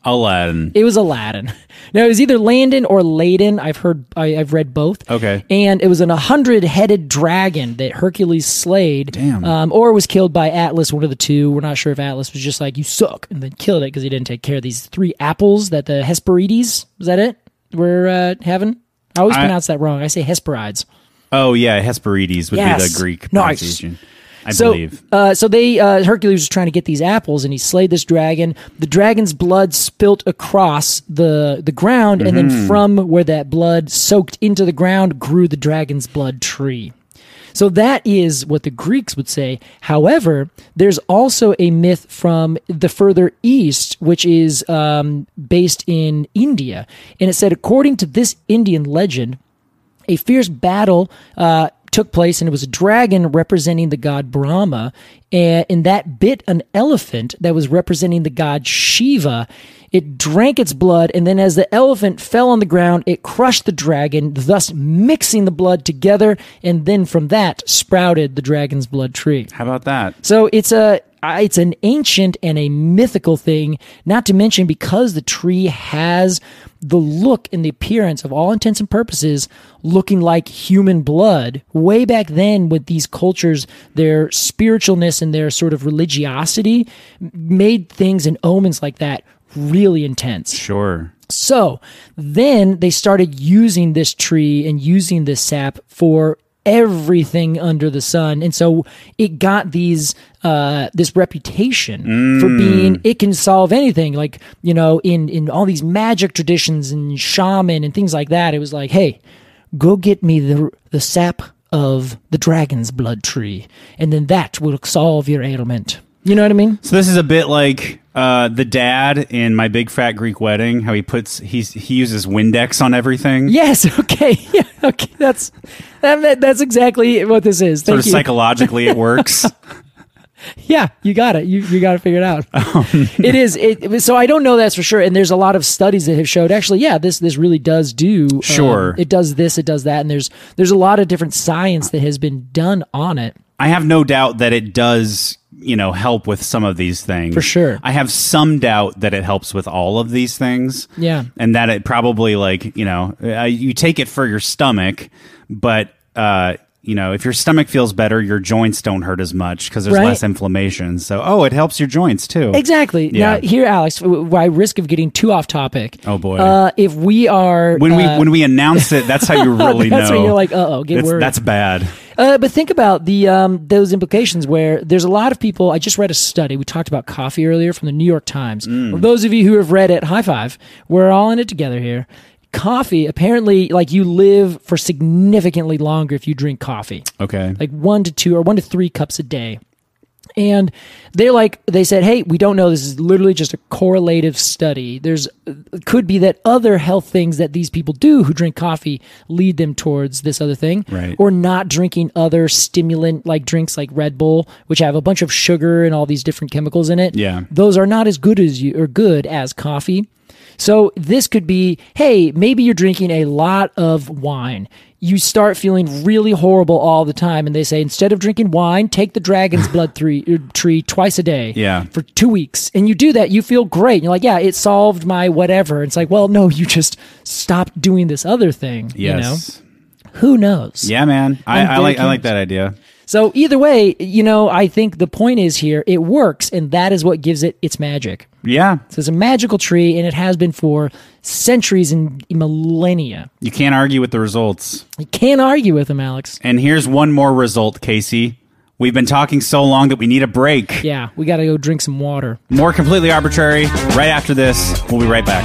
Speaker 1: Aladdin.
Speaker 2: It was Aladdin. No, it was either Landon or Laden. I've heard, I, I've read both.
Speaker 1: Okay.
Speaker 2: And it was an 100 headed dragon that Hercules slayed.
Speaker 1: Damn.
Speaker 2: Um, or was killed by Atlas, one of the two. We're not sure if Atlas was just like, you suck, and then killed it because he didn't take care of these three apples that the Hesperides, was that it, were uh, having? I always
Speaker 1: I-
Speaker 2: pronounce that wrong. I say Hesperides.
Speaker 1: Oh yeah, Hesperides would be
Speaker 2: Yes.
Speaker 1: the Greek
Speaker 2: Nice.
Speaker 1: pronunciation. I
Speaker 2: so,
Speaker 1: believe.
Speaker 2: Uh, so they uh, Hercules was trying to get these apples, and he slayed this dragon. The dragon's blood spilt across the the ground, and
Speaker 1: Mm-hmm.
Speaker 2: then from where that blood soaked into the ground grew the dragon's blood tree. So that is what the Greeks would say. However, there's also a myth from the further east, which is um, based in India, and it said according to this Indian legend a fierce battle uh, took place, and it was a dragon representing the god Brahma, and, and that bit an elephant that was representing the god Shiva. It drank its blood, and then as the elephant fell on the ground, it crushed the dragon, thus mixing the blood together, and then from that sprouted the dragon's blood tree.
Speaker 1: How about that?
Speaker 2: So it's a uh, it's an ancient and a mythical thing. Not to mention because the tree has the look and the appearance of all intents and purposes looking like human blood. Way back then, with these cultures, their spiritualness and their sort of religiosity m- made things and omens like that really intense.
Speaker 1: Sure.
Speaker 2: So then they started using this tree and using this sap for everything under the sun, and so it got these uh, this reputation for being it can solve anything. Like you know, in in all these magic traditions and shaman and things like that, it was like, hey, go get me the the sap of the dragon's blood tree, and then that will solve your ailment. You know what I mean?
Speaker 1: So this is a bit like uh, the dad in my big fat Greek wedding. How he puts he's he uses Windex on everything.
Speaker 2: Yes. Okay. Yeah. Okay. That's that, that- that's exactly what this is.
Speaker 1: Sort
Speaker 2: Thank
Speaker 1: of
Speaker 2: you.
Speaker 1: psychologically, it works.
Speaker 2: yeah, you got it. You you got to figure it out.
Speaker 1: Oh,
Speaker 2: It is. It, so I don't know that's for sure. And there's a lot of studies that have showed actually, yeah, this this really does do. um,
Speaker 1: Sure.
Speaker 2: it does this. It does that. And there's there's a lot of different science that has been done on it.
Speaker 1: I have no doubt that it does, you know, help with some of these things.
Speaker 2: For sure.
Speaker 1: I have some doubt that it helps with all of these things.
Speaker 2: Yeah.
Speaker 1: And that it probably like, you know, uh, you take it for your stomach, but uh you know, if your stomach feels better, your joints don't hurt as much because there's
Speaker 2: Right.
Speaker 1: less inflammation. So, oh, it helps your joints too.
Speaker 2: Exactly. Now
Speaker 1: Yeah.
Speaker 2: here, Alex, w- by risk of getting too off topic.
Speaker 1: Oh, boy.
Speaker 2: Uh, if we are
Speaker 1: When we
Speaker 2: uh,
Speaker 1: when we announce it, that's how you really
Speaker 2: that's
Speaker 1: know.
Speaker 2: when you're like, uh oh, get
Speaker 1: It's-
Speaker 2: worried.
Speaker 1: that's bad.
Speaker 2: Uh, but think about the um, those implications where there's a lot of people. I just read a study. We talked about coffee earlier from the New York Times. For those of you who have read it, high five. We're all in it together here. Coffee apparently, like you live for significantly longer if you drink coffee,
Speaker 1: Okay.
Speaker 2: like one to two or one to three cups a day. And they're like, they said, hey, we don't know. This is literally just a correlative study. There's could be that other health things that these people do who drink coffee lead them towards this other thing,
Speaker 1: Right.
Speaker 2: or not drinking other stimulant like drinks like Red Bull, which have a bunch of sugar and all these different chemicals in it.
Speaker 1: Yeah.
Speaker 2: those are not as good as you or good as coffee. So this could be, hey, maybe you're drinking a lot of wine. You start feeling really horrible all the time, and they say instead of drinking wine, take the dragon's blood three, er, tree twice a day
Speaker 1: Yeah.
Speaker 2: for two weeks, and you do that, you feel great. And you're like, yeah, it solved my whatever. It's like, well, no, you just stopped doing this other thing.
Speaker 1: Yes.
Speaker 2: You know, who knows?
Speaker 1: Yeah, man. I,
Speaker 2: I'm
Speaker 1: I like I
Speaker 2: very
Speaker 1: like
Speaker 2: curious.
Speaker 1: that idea.
Speaker 2: So either way, you know, I think the point is here it works, and that is what gives it its magic.
Speaker 1: Yeah.
Speaker 2: So it's a magical tree, and it has been for centuries and millennia.
Speaker 1: You can't argue with the results.
Speaker 2: You can't argue with them, Alex.
Speaker 1: And here's one more result, Casey. We've been talking so long that we need a break.
Speaker 2: Yeah, we got to go drink some water.
Speaker 1: More completely arbitrary right after this. We'll be right back.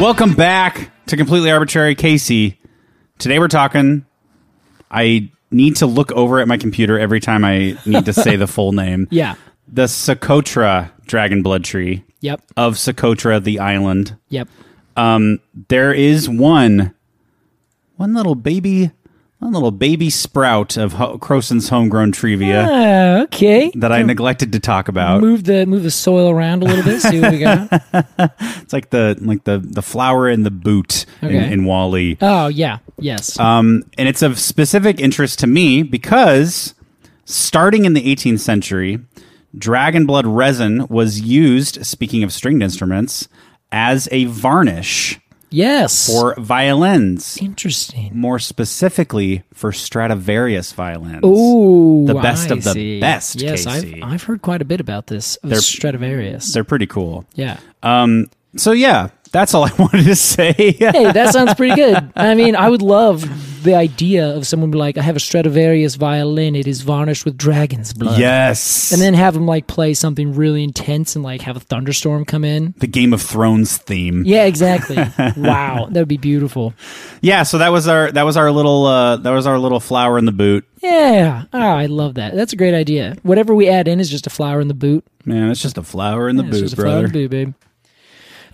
Speaker 1: Welcome back to Completely Arbitrary, Casey. Today we're talking. I need to look over at my computer every time I need to say the full name.
Speaker 2: Yeah.
Speaker 1: The Socotra Dragon Blood Tree
Speaker 2: Yep.
Speaker 1: of Socotra, the island.
Speaker 2: Yep.
Speaker 1: Um, there is one, one little baby, one little baby sprout of Ho- Croson's homegrown trivia
Speaker 2: Uh, okay.
Speaker 1: that I neglected to talk about.
Speaker 2: Move the move the soil around a little bit. See what we got.
Speaker 1: It's like the like the the flower in the boot in,
Speaker 2: Okay.
Speaker 1: in Wally.
Speaker 2: Oh yeah. Yes.
Speaker 1: and it's of specific interest to me because starting in the 18th century, dragon blood resin was used, speaking of stringed instruments, as a varnish
Speaker 2: yes.
Speaker 1: for violins,
Speaker 2: Interesting.
Speaker 1: more specifically for Stradivarius violins.
Speaker 2: Ooh,
Speaker 1: The best
Speaker 2: I
Speaker 1: of the
Speaker 2: see.
Speaker 1: best,
Speaker 2: Yes,
Speaker 1: Casey.
Speaker 2: I've I've heard quite a bit about this. of Stradivarius.
Speaker 1: They're pretty cool.
Speaker 2: yeah.
Speaker 1: Um, so yeah, that's all I wanted to say.
Speaker 2: hey, that sounds pretty good. I mean, I would love the idea of someone be like, I have a Stradivarius violin. It is varnished with dragon's blood.
Speaker 1: yes.
Speaker 2: And then have them like play something really intense and like have a thunderstorm come in.
Speaker 1: the Game of Thrones theme.
Speaker 2: Yeah, exactly. wow, that would be beautiful.
Speaker 1: Yeah, so that was our that was our little uh that was our little flower in the boot.
Speaker 2: Yeah. Oh, I love that. That's a great idea. Whatever we add in is just a flower in the boot.
Speaker 1: Man, it's just a flower in the
Speaker 2: Yeah,
Speaker 1: boot,
Speaker 2: it's just a flower
Speaker 1: brother.
Speaker 2: in the boot, babe.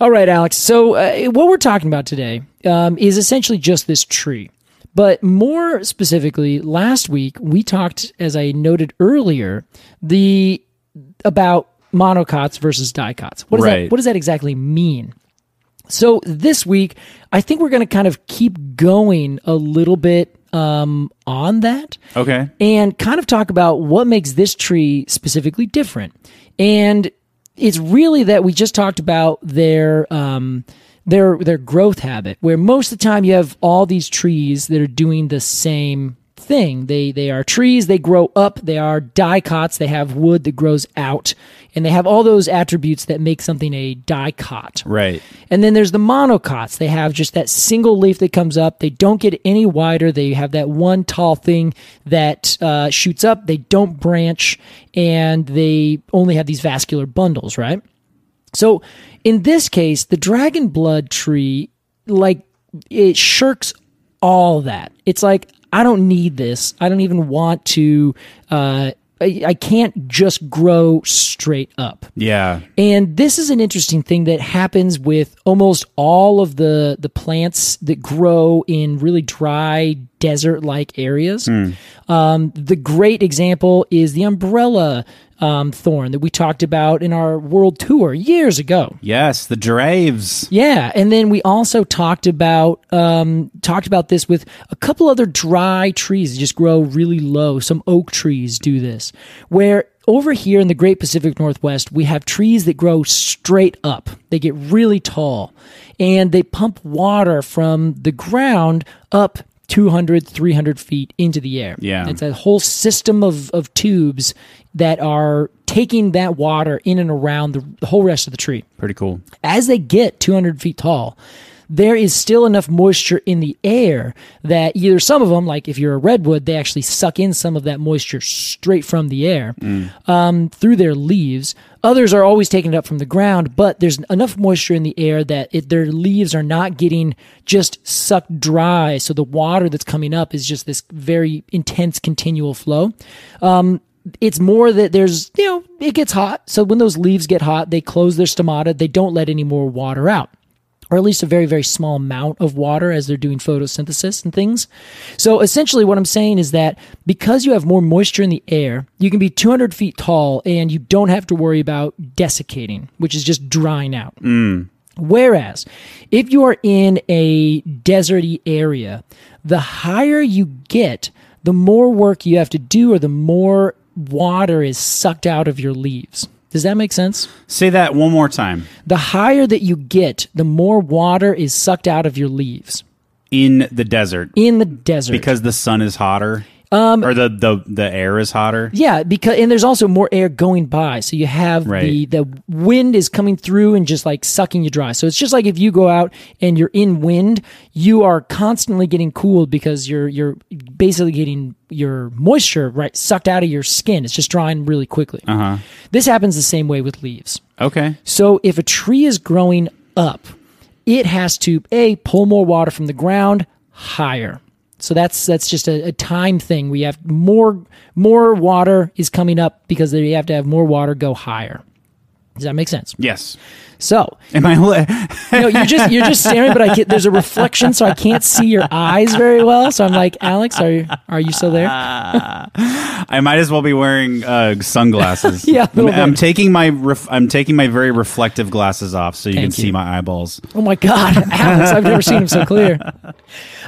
Speaker 2: All right, Alex. So uh, what we're talking about today um, is essentially just this tree. But more specifically, last week we talked, as I noted earlier, the about monocots versus dicots. What does
Speaker 1: Right.
Speaker 2: that, what does that exactly mean? So this week, I think we're going to kind of keep going a little bit um, on that
Speaker 1: Okay.
Speaker 2: and kind of talk about what makes this tree specifically different. And it's really that we just talked about their um, their their growth habit, where most of the time you have all these trees that are doing the same thing. They they are trees. They grow up. They are dicots. They have wood that grows out, and they have all those attributes that make something a dicot.
Speaker 1: Right.
Speaker 2: And then there's the monocots. They have just that single leaf that comes up. They don't get any wider. They have that one tall thing that uh, shoots up. They don't branch, and they only have these vascular bundles, right? So in this case, the dragon blood tree, like, it shirks all that. It's like, I don't need this. I don't even want to. Uh, I, I can't just grow straight up.
Speaker 1: Yeah.
Speaker 2: And this is an interesting thing that happens with almost all of the the plants that grow in really dry, desert like areas. Um, the great example is the umbrella um, thorn that we talked about in our world tour years ago.
Speaker 1: Yes, the Draves.
Speaker 2: Yeah, and then we also talked about um, talked about this with a couple other dry trees that just grow really low. Some oak trees do this, where over here in the Great Pacific Northwest we have trees that grow straight up. They get really tall, and they pump water from the ground up. 200 300 feet into the air
Speaker 1: Yeah.
Speaker 2: it's a whole system of, of tubes that are taking that water in and around the, the whole rest of the tree
Speaker 1: Pretty cool.
Speaker 2: as they get 200 feet tall, there is still enough moisture in the air that either some of them, like if you're a redwood, they actually suck in some of that moisture straight from the air um, through their leaves. Others are always taking it up from the ground, but there's enough moisture in the air that it, their leaves are not getting just sucked dry. So the water that's coming up is just this very intense, continual flow it's more that there's you know it gets hot so when those leaves get hot they close their stomata they don't let any more water out or at least a very very small amount of water as they're doing photosynthesis and things so essentially what i'm saying is that because you have more moisture in the air you can be 200 feet tall and you don't have to worry about desiccating which is just drying out Whereas, if you are in a deserty area, the higher you get, the more work you have to do, or the more water is sucked out of your leaves. Does that make sense?
Speaker 1: Say that one more time.
Speaker 2: The higher that you get, the more water is sucked out of your leaves
Speaker 1: In the desert.
Speaker 2: in the desert.
Speaker 1: because the sun is hotter. Um, or the, the, the air is hotter.
Speaker 2: yeah, because and there's also more air going by, so you have the
Speaker 1: Right.
Speaker 2: the wind is coming through and just like sucking you dry. So it's just like if you go out and you're in wind, you are constantly getting cooled because you're you're basically getting your moisture right sucked out of your skin. It's just drying really quickly. Uh-huh. This happens the same way with leaves.
Speaker 1: Okay.
Speaker 2: So if a tree is growing up, it has to a pull more water from the ground higher. So that's that's just a, a time thing. We have more more water is coming up because they have to have more water go higher. Does that make sense?
Speaker 1: Yes.
Speaker 2: So
Speaker 1: Am I?
Speaker 2: no, you're just you're just staring, but I can there's a reflection, so I can't see your eyes very well. So I'm like, Alex, are you are you still there?
Speaker 1: I might as well be wearing uh, sunglasses.
Speaker 2: Yeah, a
Speaker 1: I'm,
Speaker 2: little
Speaker 1: I'm
Speaker 2: bit.
Speaker 1: taking my ref- I'm taking my very reflective glasses off so you
Speaker 2: Thank
Speaker 1: can
Speaker 2: you.
Speaker 1: see my eyeballs.
Speaker 2: Oh my God, Alex, I've never seen him so clear.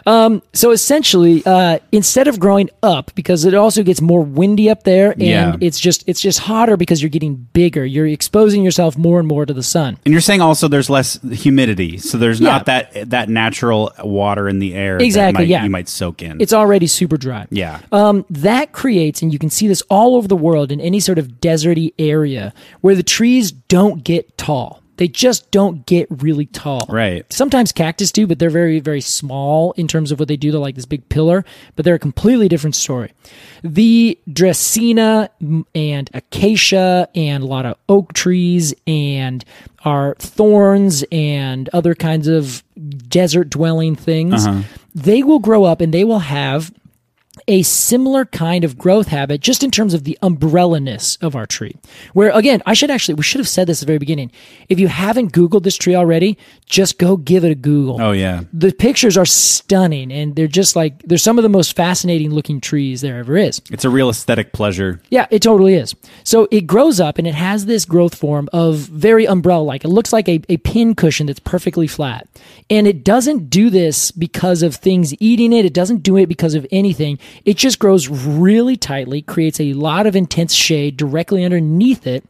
Speaker 2: Um, so essentially, uh, instead of growing up, because it also gets more windy up there, and
Speaker 1: Yeah.
Speaker 2: it's just it's just hotter because you're getting bigger. You're exposing yourself more and more to the sun.
Speaker 1: And you're saying also there's less humidity, so there's not
Speaker 2: Yeah.
Speaker 1: that that natural water in the air.
Speaker 2: Exactly,
Speaker 1: That might,
Speaker 2: yeah.
Speaker 1: You might soak in.
Speaker 2: It's already super dry.
Speaker 1: yeah.
Speaker 2: Um, that creates, and you can see this all over the world in any sort of deserty area where the trees don't get tall. They just don't get really tall.
Speaker 1: Right.
Speaker 2: Sometimes cactus do, but they're very, very small in terms of what they do. They're like this big pillar, but they're a completely different story. The Dracaena m- and acacia and a lot of oak trees and our thorns and other kinds of desert dwelling things, they will grow up and they will have a similar kind of growth habit just in terms of the umbrellaness of our tree. Where again, I should actually we should have said this at the very beginning. If you haven't googled this tree already, just go give it a google.
Speaker 1: oh yeah.
Speaker 2: The pictures are stunning and they're just like they're some of the most fascinating looking trees there ever is.
Speaker 1: It's a real aesthetic pleasure.
Speaker 2: Yeah, it totally is. So it grows up and it has this growth form of very umbrella like. It looks like a, a pin cushion that's perfectly flat. And it doesn't do this because of things eating it, it doesn't do it because of anything. It just grows really tightly, creates a lot of intense shade directly underneath it,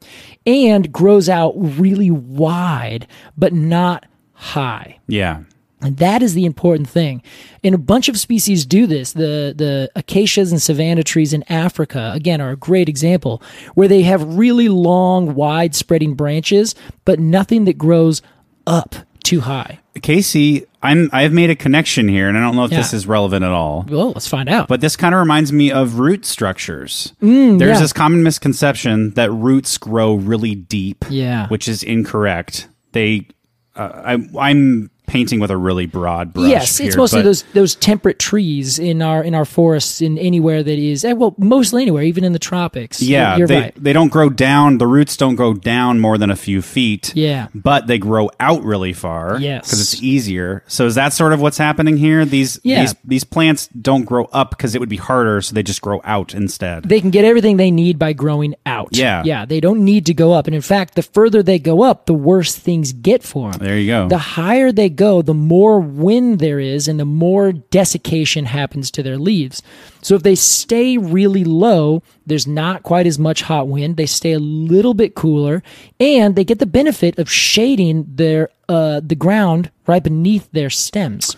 Speaker 2: and grows out really wide, but not high.
Speaker 1: Yeah.
Speaker 2: And that is the important thing. And a bunch of species do this. The the acacias and savanna trees in Africa, again, are a great example, where they have really long, wide spreading branches, but nothing that grows up too high.
Speaker 1: Casey, I'm I've made a connection here, and I don't know if this
Speaker 2: Yeah.
Speaker 1: is relevant at all.
Speaker 2: Well, let's find out.
Speaker 1: But this kind of reminds me of root structures. Mm, There's
Speaker 2: yeah.
Speaker 1: this common misconception that roots grow really deep,
Speaker 2: Yeah.
Speaker 1: which is incorrect. They, uh, I, I'm painting with a really broad brush.
Speaker 2: yes, it's
Speaker 1: here,
Speaker 2: mostly
Speaker 1: but-
Speaker 2: those those temperate trees in our in our forests in anywhere that is eh, well mostly anywhere even in the tropics. You're-
Speaker 1: Yeah,
Speaker 2: you're
Speaker 1: they
Speaker 2: right.
Speaker 1: they don't grow down. The roots don't grow down more than a few feet.
Speaker 2: Yeah.
Speaker 1: but they grow out really far.
Speaker 2: Yes.
Speaker 1: because it's easier. So is that sort of what's happening here? These
Speaker 2: Yeah.
Speaker 1: these these plants don't grow up because it would be harder, so they just grow out instead.
Speaker 2: They can get everything they need by growing out.
Speaker 1: Yeah.
Speaker 2: yeah, they don't need to go up, and in fact, the further they go up, the worse things get for them.
Speaker 1: there you go.
Speaker 2: The higher they go, the more wind there is and the more desiccation happens to their leaves. So if they stay really low, there's not quite as much hot wind. They stay a little bit cooler and they get the benefit of shading their uh, the ground right beneath their stems.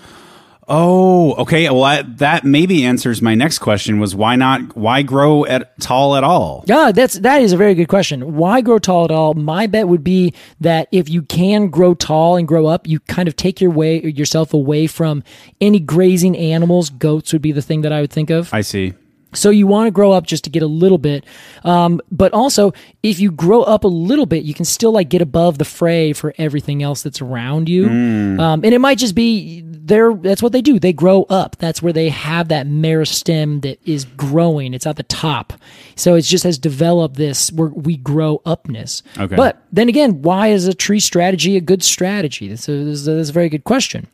Speaker 1: oh, okay. Well, I, that maybe answers my next question: was why not why grow at tall at all?
Speaker 2: Yeah, that's that is a very good question. Why grow tall at all? My bet would be that if you can grow tall and grow up, you kind of take your way yourself away from any grazing animals. Goats would be the thing that I would think of.
Speaker 1: I see.
Speaker 2: So you want to grow up just to get a little bit, um, but also if you grow up a little bit, you can still like get above the fray for everything else that's around you. Um, and it might just be they're that's what they do. They grow up. That's where they have that meristem that is growing. It's at the top, so it just has developed this where we grow upness.
Speaker 1: Okay.
Speaker 2: But then again, why is a tree strategy a good strategy? So this is a, this is a very good question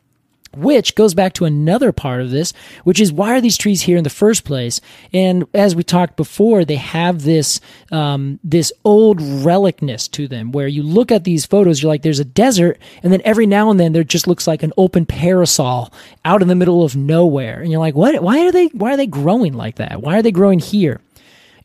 Speaker 2: which goes back to another part of this, which is why are these trees here in the first place? And as we talked before, they have this um, this old relicness to them, where you look at these photos, you're like, there's a desert, and then every now and then there just looks like an open parasol out in the middle of nowhere, and you're like, what? Why are they? Why are they growing like that? Why are they growing here?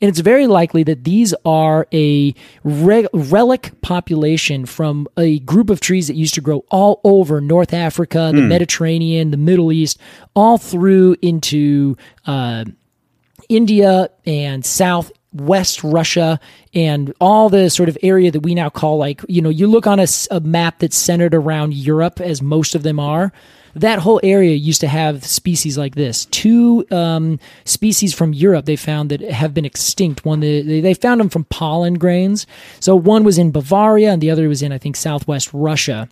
Speaker 2: And it's very likely that these are a re- relic population from a group of trees that used to grow all over North Africa, the Mediterranean, the Middle East, all through into uh, India and South. West Russia and all the sort of area that we now call like you know you look on a, s- a map that's centered around Europe as most of them are that whole area used to have species like this two um, species from Europe they found that have been extinct one they, they- they found them from pollen grains so one was in Bavaria and the other was in I think Southwest Russia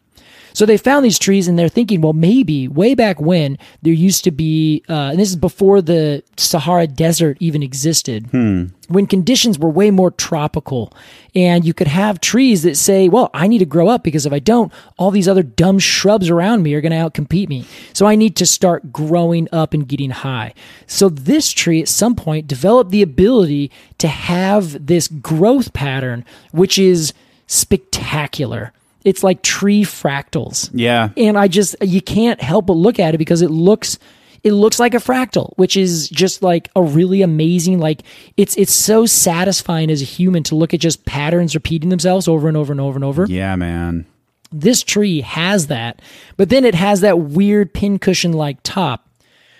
Speaker 2: so they found these trees and they're thinking, well, maybe way back when there used to be, uh, and this is before the Sahara Desert even existed, when conditions were way more tropical. And you could have trees that say, well, I need to grow up because if I don't, all these other dumb shrubs around me are going to outcompete me. So I need to start growing up and getting high. So this tree at some point developed the ability to have this growth pattern, which is spectacular. It's like tree fractals.
Speaker 1: Yeah.
Speaker 2: And I just you can't help but look at it because it looks it looks like a fractal, which is just like a really amazing like it's it's so satisfying as a human to look at just patterns repeating themselves over and over and over and over
Speaker 1: Yeah, man.
Speaker 2: this tree has that, but then it has that weird pincushion like top.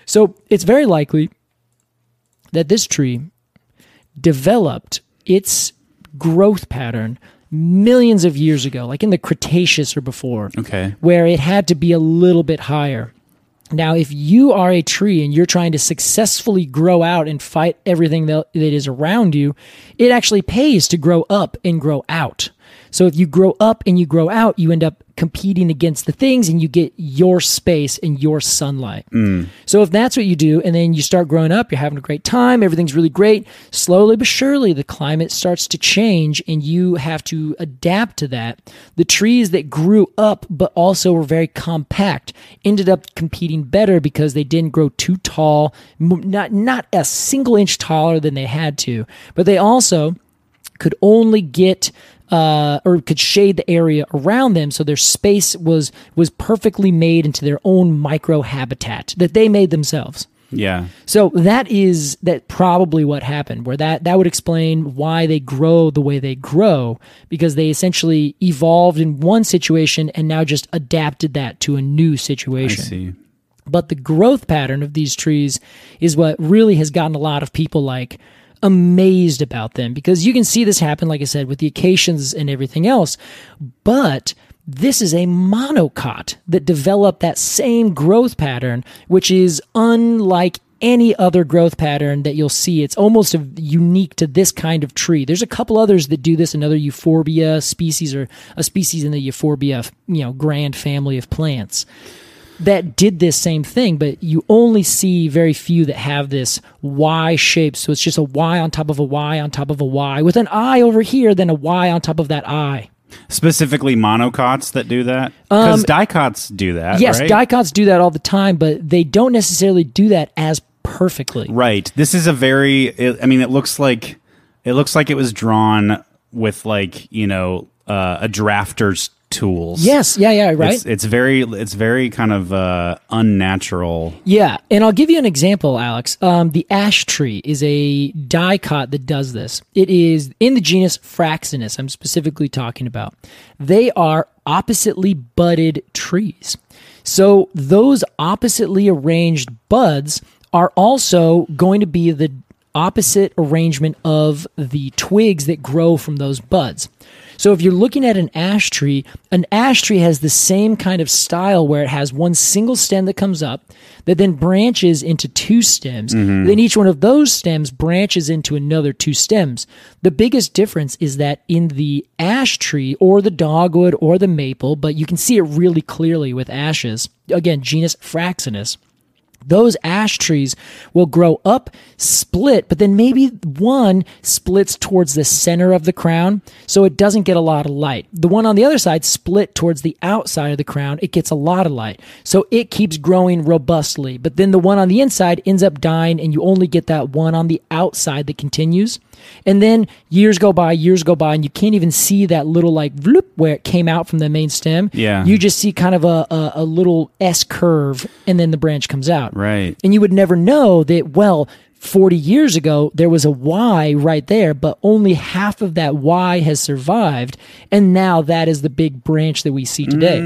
Speaker 2: So it's very likely that this tree developed its growth pattern millions of years ago, like in the Cretaceous or before,
Speaker 1: Okay.
Speaker 2: where it had to be a little bit higher. Now, if you are a tree and you're trying to successfully grow out and fight everything that, that is around you, it actually pays to grow up and grow out. So if you grow up and you grow out, you end up competing against the things and you get your space and your sunlight. So if that's what you do, and then you start growing up, you're having a great time, everything's really great. Slowly but surely, the climate starts to change, and you have to adapt to that. The trees that grew up but also were very compact ended up competing better because they didn't grow too tall, m- not not a single inch taller than they had to, but they also could only get uh, or could shade the area around them, so their space was was perfectly made into their own micro habitat that they made themselves.
Speaker 1: Yeah.
Speaker 2: So that is that probably what happened. Where that that would explain why they grow the way they grow because they essentially evolved in one situation and now just adapted that to a new
Speaker 1: I
Speaker 2: situation
Speaker 1: see.
Speaker 2: but the growth pattern of these trees is what really has gotten a lot of people like amazed about them because you can see this happen like i said with the acacias and everything else but this is a monocot that developed that same growth pattern which is unlike any other growth pattern that you'll see. It's almost a, unique to this kind of tree. There's a couple others that do this. Another euphorbia species, or a species in the euphorbia, you know, grand family of plants that did this same thing, but you only see very few that have this Y shape. So it's just a Y on top of a Y on top of a Y with an I over here, then a Y on top of that I.
Speaker 1: Specifically, monocots that do that because dicots do that.
Speaker 2: Um, Yes,
Speaker 1: right?
Speaker 2: dicots do that all the time, but they don't necessarily do that as perfectly.
Speaker 1: Right. This is a very. It, I mean, it looks like it looks like it was drawn with like you know uh, a drafter's tools.
Speaker 2: Yes, yeah, yeah, right.
Speaker 1: It's, it's very it's very kind of uh, unnatural.
Speaker 2: Yeah, and I'll give you an example, Alex. Um, the ash tree is a dicot that does this. It is in the genus Fraxinus, I'm specifically talking about. They are oppositely budded trees. So those oppositely arranged buds are also going to be the opposite arrangement of the twigs that grow from those buds. So if you're looking at an ash tree, an ash tree has the same kind of style where it has one single stem that comes up that then branches into two stems. Then each one of those stems branches into another two stems. The biggest difference is that in the ash tree or the dogwood or the maple, but you can see it really clearly with ashes. Again, genus Fraxinus those ash trees will grow up, split, but then maybe one splits towards the center of the crown, so it doesn't get a lot of light. The one on the other side split towards the outside of the crown, it gets a lot of light. So it keeps growing robustly, but then the one on the inside ends up dying, and you only get that one on the outside that continues. And then years go by, years go by, and you can't even see that little like bloop where it came out from the main stem.
Speaker 1: Yeah.
Speaker 2: You just see kind of a, a, a little S curve, and then the branch comes out.
Speaker 1: Right.
Speaker 2: And you would never know that, well, 40 years ago, there was a Y right there, but only half of that Y has survived. And now that is the big branch that we see today.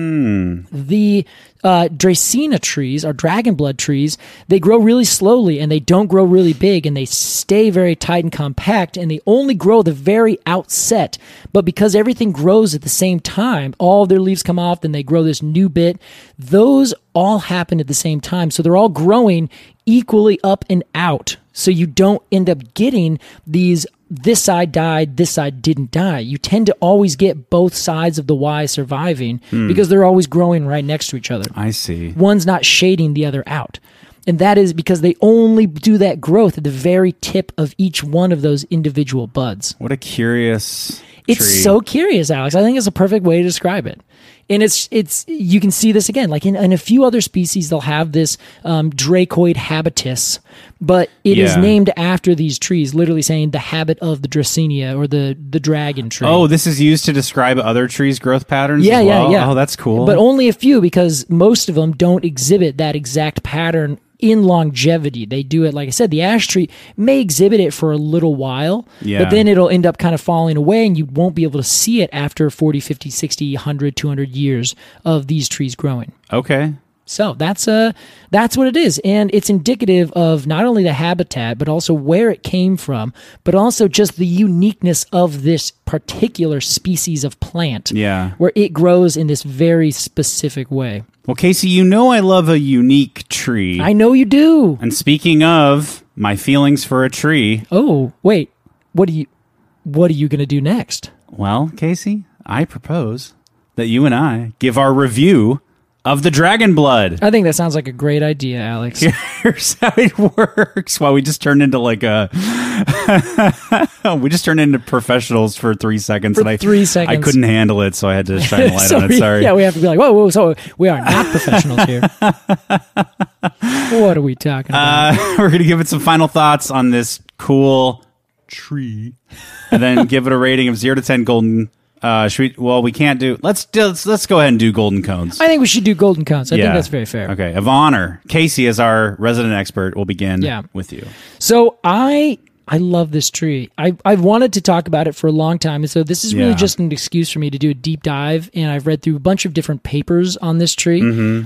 Speaker 2: The uh, Dracaena trees are dragon blood trees. They grow really slowly and they don't grow really big and they stay very tight and compact and they only grow the very outset. But because everything grows at the same time, all their leaves come off, then they grow this new bit. Those all happen at the same time. So they're all growing equally up and out. So you don't end up getting these this side died, this side didn't die. You tend to always get both sides of the Y surviving because they're always growing right next to each other.
Speaker 1: Hmm. I see.
Speaker 2: One's not shading the other out. And that is because they only do that growth at the very tip of each one of those individual buds.
Speaker 1: What a curious.
Speaker 2: It's
Speaker 1: tree.
Speaker 2: so curious, Alex. I think it's a perfect way to describe it. And it's it's you can see this again, like in, in a few other species, they'll have this um, dracoid habitus, but it is
Speaker 1: Yeah.
Speaker 2: named after these trees, literally saying the habit of the Dracaena or the the dragon tree.
Speaker 1: Oh, this is used to describe other trees' growth patterns.
Speaker 2: yeah,
Speaker 1: as
Speaker 2: yeah,
Speaker 1: well?
Speaker 2: yeah.
Speaker 1: Oh, that's cool.
Speaker 2: But only a few because most of them don't exhibit that exact pattern in longevity. They do it, like I said, the ash tree may exhibit it for a little while,
Speaker 1: Yeah.
Speaker 2: but then it'll end up kind of falling away and you won't be able to see it after 40, 50, 60, 100, 200 years of these trees growing.
Speaker 1: okay.
Speaker 2: So that's uh that's what it is, and it's indicative of not only the habitat but also where it came from, but also just the uniqueness of this particular species of plant.
Speaker 1: Yeah.
Speaker 2: where it grows in this very specific way.
Speaker 1: Well, Casey, you know I love a unique tree.
Speaker 2: I know you do.
Speaker 1: and speaking of my feelings for a tree,
Speaker 2: Oh wait, what do you what are you gonna do next?
Speaker 1: well, Casey, I propose that you and I give our review of the Dragon Blood.
Speaker 2: I think that sounds like a great idea, Alex.
Speaker 1: Here's how it works. Wow, we just turned into like a. we just turned into professionals for three seconds.
Speaker 2: For
Speaker 1: and I,
Speaker 2: three seconds.
Speaker 1: I couldn't handle it, so I had to shine a light
Speaker 2: So
Speaker 1: on it.
Speaker 2: we-
Speaker 1: Sorry.
Speaker 2: Yeah, we have to be like, whoa, whoa. So we are not professionals here. what are we talking about?
Speaker 1: uh, we're going to give it some final thoughts on this cool tree and then give it a rating of 0 to 10 golden. Uh, should we, well, we can't do. Let's, do- let's let's go ahead and do golden cones.
Speaker 2: I think we should do golden cones. I think that's very fair.
Speaker 1: Okay, of honor, Casey, as our resident expert, will begin
Speaker 2: Yeah.
Speaker 1: with you.
Speaker 2: So I I love this tree. I I've wanted to talk about it for a long time, and so this is really
Speaker 1: Yeah.
Speaker 2: just an excuse for me to do a deep dive. And I've read through a bunch of different papers on this tree.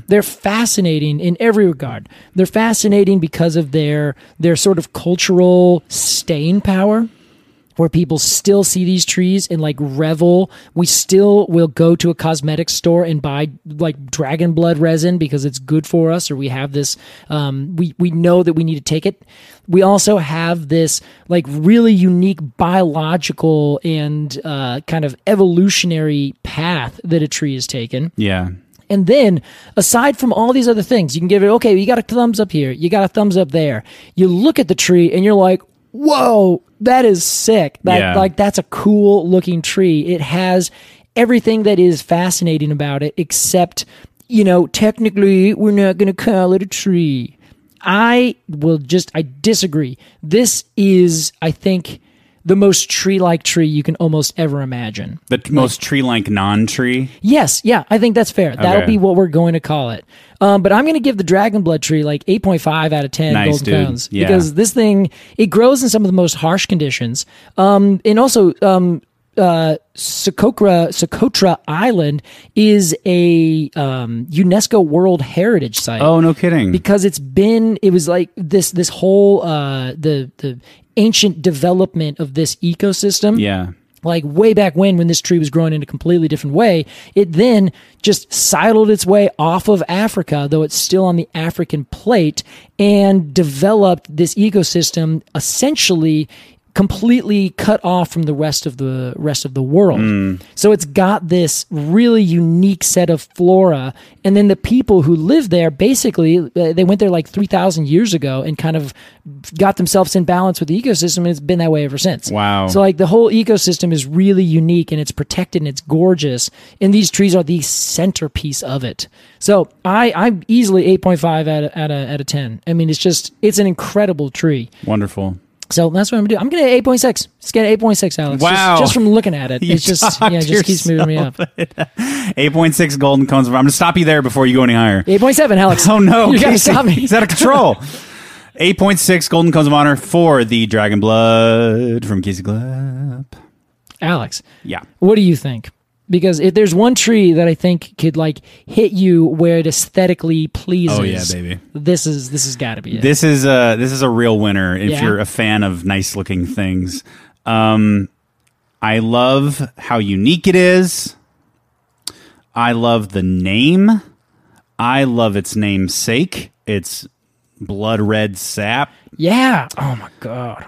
Speaker 2: They're fascinating in every regard. They're fascinating because of their their sort of cultural staying power. where people still see these trees and like revel. We still will go to a cosmetic store and buy like dragon blood resin because it's good for us, or we have this. Um, we we know that we need to take it. We also have this like really unique biological and uh, kind of evolutionary path that a tree has taken.
Speaker 1: Yeah.
Speaker 2: And then, aside from all these other things, you can give it, okay, you got a thumbs up here, you got a thumbs up there. You look at the tree and you're like, whoa, that is sick. That,
Speaker 1: Yeah.
Speaker 2: Like, that's a cool looking tree. It has everything that is fascinating about it, except, you know, technically, we're not going to call it a tree. I will just, I disagree. This is, I think, the most tree like tree you can almost ever imagine.
Speaker 1: The t- most tree like non tree.
Speaker 2: Yes, yeah, I think that's fair. That'll
Speaker 1: Okay.
Speaker 2: be what we're going to call it. Um, but I'm going to give the dragon blood tree like 8.5 out of 10
Speaker 1: Nice,
Speaker 2: golden
Speaker 1: dude.
Speaker 2: crowns
Speaker 1: Yeah.
Speaker 2: because this thing it grows in some of the most harsh conditions. Um, and also, um, uh, Socotra, Socotra Island is a um, UNESCO World Heritage Site
Speaker 1: Oh, no kidding.
Speaker 2: because it's been it was like this this whole uh, the the ancient development of this ecosystem
Speaker 1: yeah.
Speaker 2: like way back when when this tree was growing in a completely different way it then just sidled its way off of africa though it's still on the african plate and developed this ecosystem essentially completely cut off from the rest of the rest of the world so it's got this really unique set of flora and then the people who live there basically uh, they went there like 3000 years ago and kind of got themselves in balance with the ecosystem and it's been that way ever since
Speaker 1: Wow.
Speaker 2: so like the whole ecosystem is really unique and it's protected and it's gorgeous. And these trees are the centerpiece of it. So I I'm easily 8.5 out of, out of, out of 10. I mean, it's just it's an incredible tree.
Speaker 1: Wonderful.
Speaker 2: So that's what I'm gonna do. I'm gonna 8.6. Let's get 8.6, Alex.
Speaker 1: Wow.
Speaker 2: Just, just from looking at it,
Speaker 1: You
Speaker 2: it's just
Speaker 1: talked
Speaker 2: yeah, it just keeps moving me up.
Speaker 1: 8.6 golden cones. I'm going to stop you there before you go any higher.
Speaker 2: 8.7, Alex.
Speaker 1: Oh no,
Speaker 2: you gotta
Speaker 1: Casey,
Speaker 2: stop me.
Speaker 1: He's out of control. 8.6 Golden Cones of Honor for the Dragon Blood from Casey Gleb.
Speaker 2: Alex.
Speaker 1: Yeah.
Speaker 2: What do you think? Because if there's one tree that I think could like hit you where it aesthetically pleases,
Speaker 1: Oh, baby.
Speaker 2: this is this has got to be it.
Speaker 1: This is a this is a real winner if
Speaker 2: Yeah.
Speaker 1: you're a fan of nice looking things. Um I love how unique it is. I love the name. I love its namesake. It's blood red sap.
Speaker 2: yeah. Oh my god.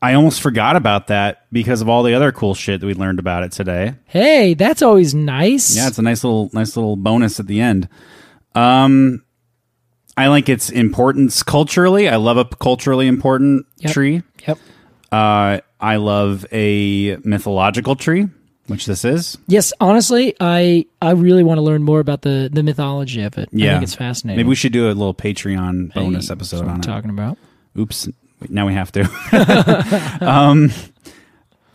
Speaker 1: I almost forgot about that because of all the other cool shit that we learned about it today.
Speaker 2: Hey, that's always nice.
Speaker 1: Yeah, it's a nice little nice little bonus at the end. Um I like its importance culturally. I love a culturally important
Speaker 2: Yep.
Speaker 1: tree.
Speaker 2: yep.
Speaker 1: Uh I love a mythological tree, which this is.
Speaker 2: Yes, honestly, I I really want to learn more about the the mythology of it. I
Speaker 1: Yeah.
Speaker 2: think it's fascinating.
Speaker 1: Maybe we should do a little Patreon bonus
Speaker 2: Hey,
Speaker 1: episode
Speaker 2: that's what
Speaker 1: on
Speaker 2: I'm
Speaker 1: it.
Speaker 2: talking about.
Speaker 1: Oops. Wait, Now we have to. um,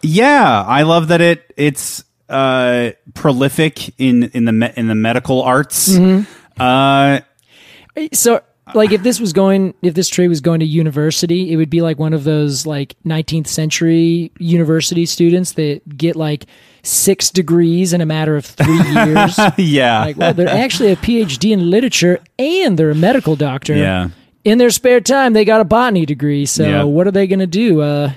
Speaker 1: yeah, I love that it it's uh, prolific in in the me- in the medical arts.
Speaker 2: Mm-hmm.
Speaker 1: Uh,
Speaker 2: So, like, if this was going, if this tree was going to university, it would be like one of those like 19th century university students that get like six degrees in a matter of three years.
Speaker 1: yeah,
Speaker 2: like, well, they're actually a PhD in literature and they're a medical doctor.
Speaker 1: yeah.
Speaker 2: in their spare time they got a botany degree so
Speaker 1: Yeah.
Speaker 2: what are they going to do uh,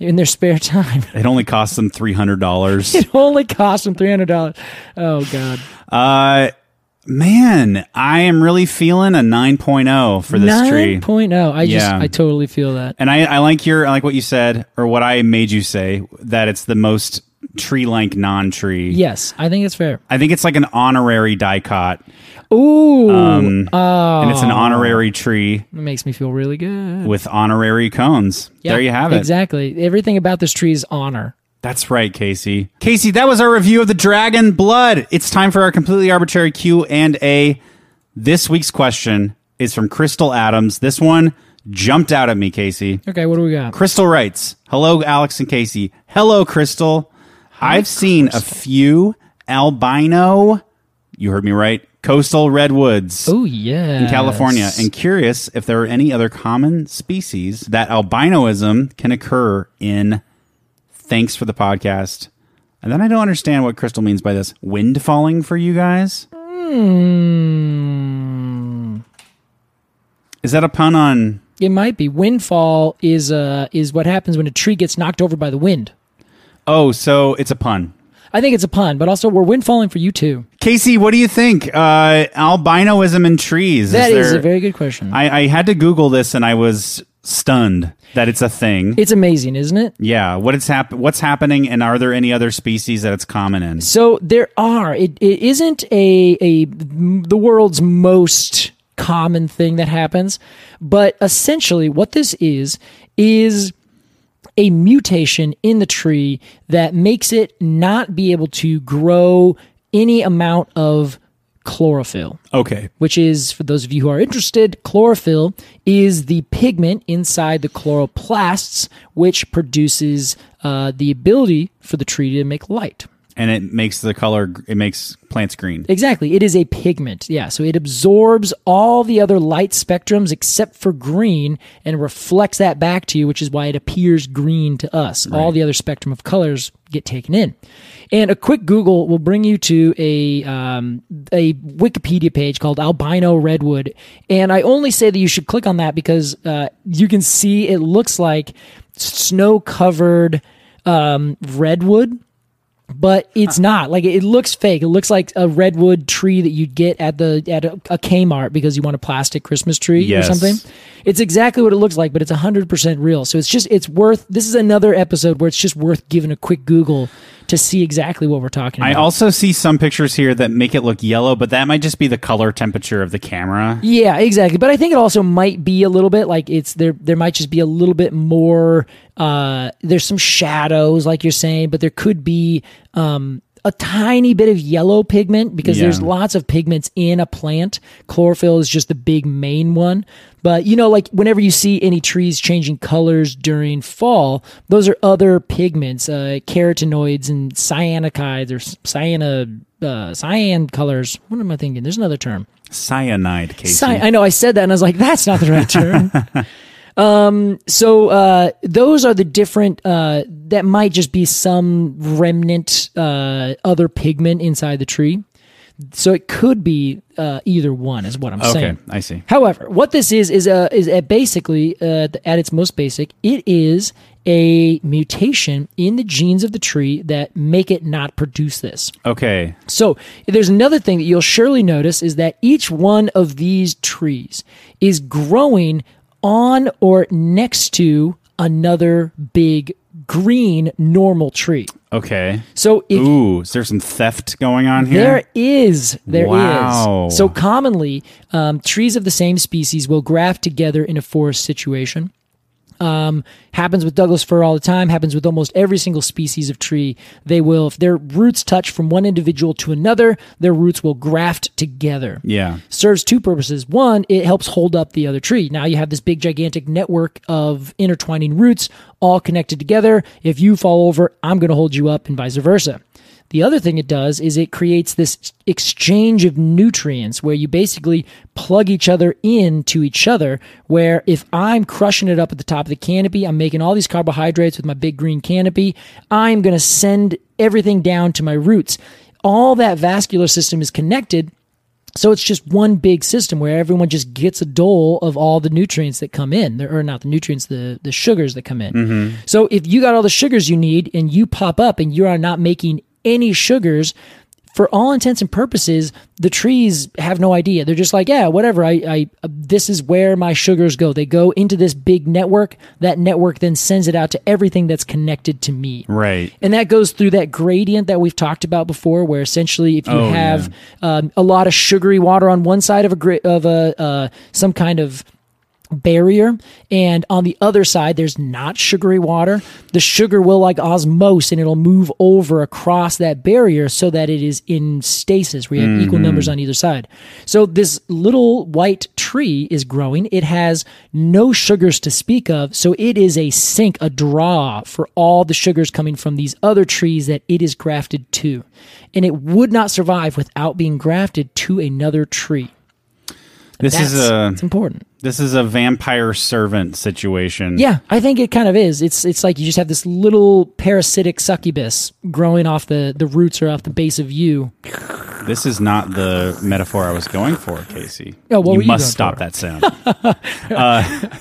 Speaker 2: in their spare time
Speaker 1: It only costs them three hundred dollars.
Speaker 2: it only cost them $300 oh god
Speaker 1: uh, man, I am really feeling a 9.0 for this tree.
Speaker 2: 9.0 oh. i just
Speaker 1: Yeah.
Speaker 2: i totally feel that
Speaker 1: And I, I like your I like what you said or what I made you say that it's the most tree like non tree.
Speaker 2: yes i think it's fair
Speaker 1: I think it's like an honorary dicot.
Speaker 2: ooh
Speaker 1: Um,
Speaker 2: oh,
Speaker 1: and it's an honorary tree
Speaker 2: it makes me feel really good
Speaker 1: with honorary cones.
Speaker 2: Yeah,
Speaker 1: there you have it.
Speaker 2: exactly everything about this tree is honor
Speaker 1: That's right, Casey. Casey, that was our review of the Dragon Blood. It's time for our completely arbitrary Q and A. This week's question is from Crystal Adams. This one jumped out at me, Casey.
Speaker 2: okay what do we got
Speaker 1: Crystal writes, "Hello, Alex and Casey. Hello, Crystal. I've seen a few albino. You heard me right. Coastal redwoods."
Speaker 2: oh yeah
Speaker 1: in California and curious if there are any other common species that albinoism can occur in. Thanks for the podcast. And then I don't understand what Crystal means by this wind falling for you guys. Is that a pun on
Speaker 2: It might be windfall is uh is what happens when a tree gets knocked over by the wind.
Speaker 1: Oh, so it's a pun.
Speaker 2: I think it's a pun, but also we're windfalling for you too.
Speaker 1: Casey, what do you think? Uh, albinoism in trees.
Speaker 2: That is
Speaker 1: there-
Speaker 2: a very good question.
Speaker 1: I, I had to Google this and I was stunned that it's a thing.
Speaker 2: it's amazing, isn't it?
Speaker 1: yeah, what it's hap- what's happening, and are there any other species that it's common in?
Speaker 2: So there are. It, it isn't a a the world's most common thing that happens, but essentially what this is is a mutation in the tree that makes it not be able to grow any amount of chlorophyll
Speaker 1: Okay,
Speaker 2: which is for those of you who are interested, chlorophyll is the pigment inside the chloroplasts, which produces uh, the ability for the tree to make light.
Speaker 1: and it makes the color. gr- It makes plants green.
Speaker 2: Exactly, it is a pigment. Yeah, so it absorbs all the other light spectrums except for green and reflects that back to you, which is why it appears green to us. All the other spectrum of colors get taken in. And a quick Google will bring you to a um, a Wikipedia page called albino redwood. And I only say that you should click on that because uh, you can see it looks like snow covered um, redwood but it's not like it looks fake. It looks like a redwood tree that you'd get at the at a, a Kmart because you want a plastic Christmas tree
Speaker 1: Yes.
Speaker 2: or something. It's exactly what it looks like, but it's hundred percent real. So it's just it's worth. This is another episode where it's just worth giving a quick Google to see exactly what we're talking
Speaker 1: I
Speaker 2: about.
Speaker 1: also see some pictures here that make it look yellow, but that might just be the color temperature of the camera.
Speaker 2: yeah, exactly. But I think it also might be a little bit like it's there. There might just be a little bit more. Uh, there's some shadows, like you're saying, but there could be um, a tiny bit of yellow pigment because
Speaker 1: Yeah.
Speaker 2: there's lots of pigments in a plant. Chlorophyll is just the big main one. But you know, like whenever you see any trees changing colors during fall, those are other pigments, uh, carotenoids and cyanokides or cyana. Uh, cyan colors. What am I thinking? There's another term.
Speaker 1: Cyanide, Casey.
Speaker 2: Sci- I know I said that, and I was like, "That's not the right term." um, so uh, those are the different. Uh, that might just be some remnant uh, other pigment inside the tree. So it could be uh, either one, is what I'm
Speaker 1: okay,
Speaker 2: saying.
Speaker 1: I see.
Speaker 2: However, what this is is a is a basically uh, at its most basic, it is a mutation in the genes of the tree that make it not produce this.
Speaker 1: Okay,
Speaker 2: So there's another thing that you'll surely notice is that each one of these trees is growing on or next to another big green normal tree.
Speaker 1: okay.
Speaker 2: So if
Speaker 1: Ooh, is there some theft going on here?
Speaker 2: there is. there is.
Speaker 1: Wow.
Speaker 2: So commonly, um, trees of the same species will graft together in a forest situation. Um, happens with Douglas fir all the time. Happens with almost every single species of tree. They will, if their roots touch from one individual to another, their roots will graft together
Speaker 1: yeah.
Speaker 2: serves two purposes. One, it helps hold up the other tree. Now you have this big gigantic network of intertwining roots all connected together. If you fall over, I'm going to hold you up and vice versa. The other thing it does is it creates this exchange of nutrients where you basically plug each other in to each other. Where if I'm crushing it up at the top of the canopy, I'm making all these carbohydrates with my big green canopy, I'm going to send everything down to my roots. All that vascular system is connected so it's just one big system where everyone just gets a dole of all the nutrients that come in, There- or not the nutrients, the the sugars that come in. So if you got all the sugars you need and you pop up and you are not making any sugars, for all intents and purposes, the trees have no idea. They're just like, yeah, whatever. I, I uh, this is where my sugars go. They go into this big network. That network then sends it out to everything that's connected to me.
Speaker 1: Right.
Speaker 2: And that goes through that gradient that we've talked about before, where essentially if you have um, a lot of sugary water on one side of a gra- of a uh, some kind of barrier and on the other side there's not sugary water the sugar will like osmose and it'll move over across that barrier so that it is in stasis where you
Speaker 1: Mm-hmm.
Speaker 2: have equal numbers on either side so this little white tree is growing it has no sugars to speak of so it is a sink a draw for all the sugars coming from these other trees that it is grafted to and it would not survive without being grafted to another tree
Speaker 1: This is
Speaker 2: That's-
Speaker 1: a
Speaker 2: it's important
Speaker 1: this is a vampire servant situation.
Speaker 2: Yeah, I think it kind of is. It's it's like you just have this little parasitic succubus growing off the the roots or off the base of you.
Speaker 1: This is not the metaphor I was going for, Casey.
Speaker 2: Oh, what
Speaker 1: you
Speaker 2: were you
Speaker 1: must
Speaker 2: going
Speaker 1: stop
Speaker 2: for?
Speaker 1: that sound. uh,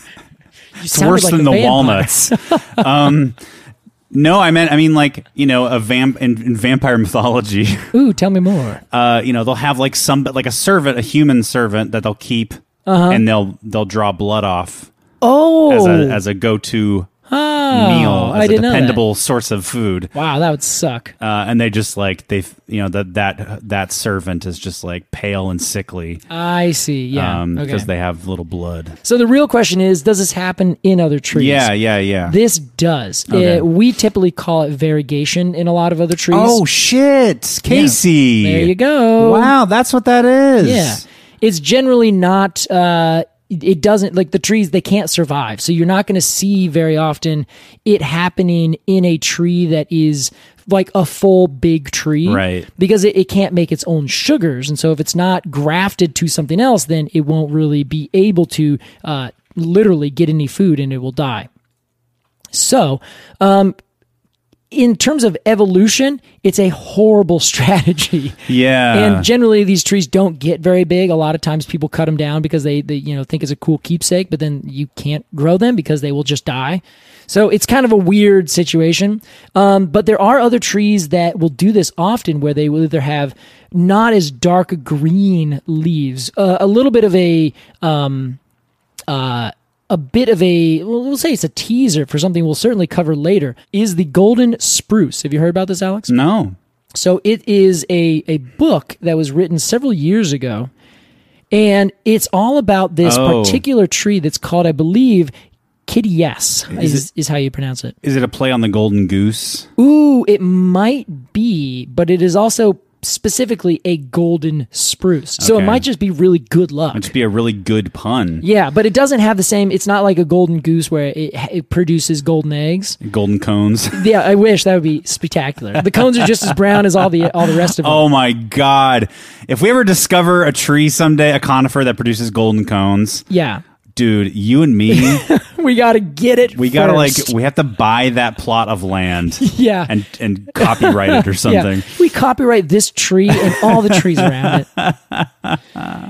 Speaker 1: it's
Speaker 2: sounded
Speaker 1: worse
Speaker 2: like
Speaker 1: than
Speaker 2: a
Speaker 1: the
Speaker 2: vampire.
Speaker 1: walnuts. um, no, I meant I mean like you know a vamp in, in vampire mythology.
Speaker 2: Ooh, tell me more.
Speaker 1: Uh, you know they'll have like some like a servant, a human servant that they'll keep, and they'll they'll draw blood off
Speaker 2: Uh-huh. Oh,
Speaker 1: as a as a go to
Speaker 2: oh,
Speaker 1: meal,
Speaker 2: I
Speaker 1: as a
Speaker 2: didn't know that.
Speaker 1: dependable source of food.
Speaker 2: Wow, that would suck.
Speaker 1: Uh, and they just like they you know that that that servant is just like pale and sickly.
Speaker 2: I see. Yeah.
Speaker 1: um,
Speaker 2: okay.
Speaker 1: because they have little blood.
Speaker 2: so the real question is, does this happen in other trees?
Speaker 1: Yeah, yeah, yeah.
Speaker 2: This does.
Speaker 1: Okay.
Speaker 2: Uh, we typically call it variegation in a lot of other trees.
Speaker 1: oh shit, Casey!
Speaker 2: There you go.
Speaker 1: Wow, that's what that is.
Speaker 2: Yeah. It's generally not uh it it doesn't like the trees they can't survive. So you're not going to see very often it happening in a tree that is like a full big tree.
Speaker 1: Right.
Speaker 2: Because it, it can't make its own sugars. And so if it's not grafted to something else, then it won't really be able to uh literally get any food and it will die. So, um in terms of evolution, it's a horrible strategy.
Speaker 1: Yeah.
Speaker 2: And generally, these trees don't get very big. A lot of times, people cut them down because they, they you know think it's a cool keepsake, but then you can't grow them because they will just die. So it's kind of a weird situation. Um, but there are other trees that will do this often, where they will either have not as dark green leaves, uh, a little bit of a um, uh, a bit of a well, we'll say it's a teaser for something we'll certainly cover later. Is the golden spruce? Have you heard about this, Alex?
Speaker 1: no.
Speaker 2: So it is a a book that was written several years ago, and it's all about this
Speaker 1: Oh.
Speaker 2: particular tree that's called, I believe, Kitty Yes is, is, how you pronounce it.
Speaker 1: Is it a play on the golden goose?
Speaker 2: Ooh, it might be, but it is also specifically a golden spruce. So it
Speaker 1: Okay.
Speaker 2: might just be really good luck.
Speaker 1: It'd be a really good pun.
Speaker 2: yeah, but it doesn't have the same. It's not like a golden goose where it, it produces golden eggs.
Speaker 1: Golden cones.
Speaker 2: Yeah, I wish that would be spectacular. The cones are just as brown as all the all the rest of them.
Speaker 1: Oh my god! If we ever discover a tree someday, a conifer that produces golden cones,
Speaker 2: Yeah,
Speaker 1: dude, you and me,
Speaker 2: we gotta get it.
Speaker 1: we gotta like,
Speaker 2: first.
Speaker 1: we have to buy that plot of land,
Speaker 2: Yeah.
Speaker 1: and and copyright it or something.
Speaker 2: Yeah. We copyright this tree and all the trees around it.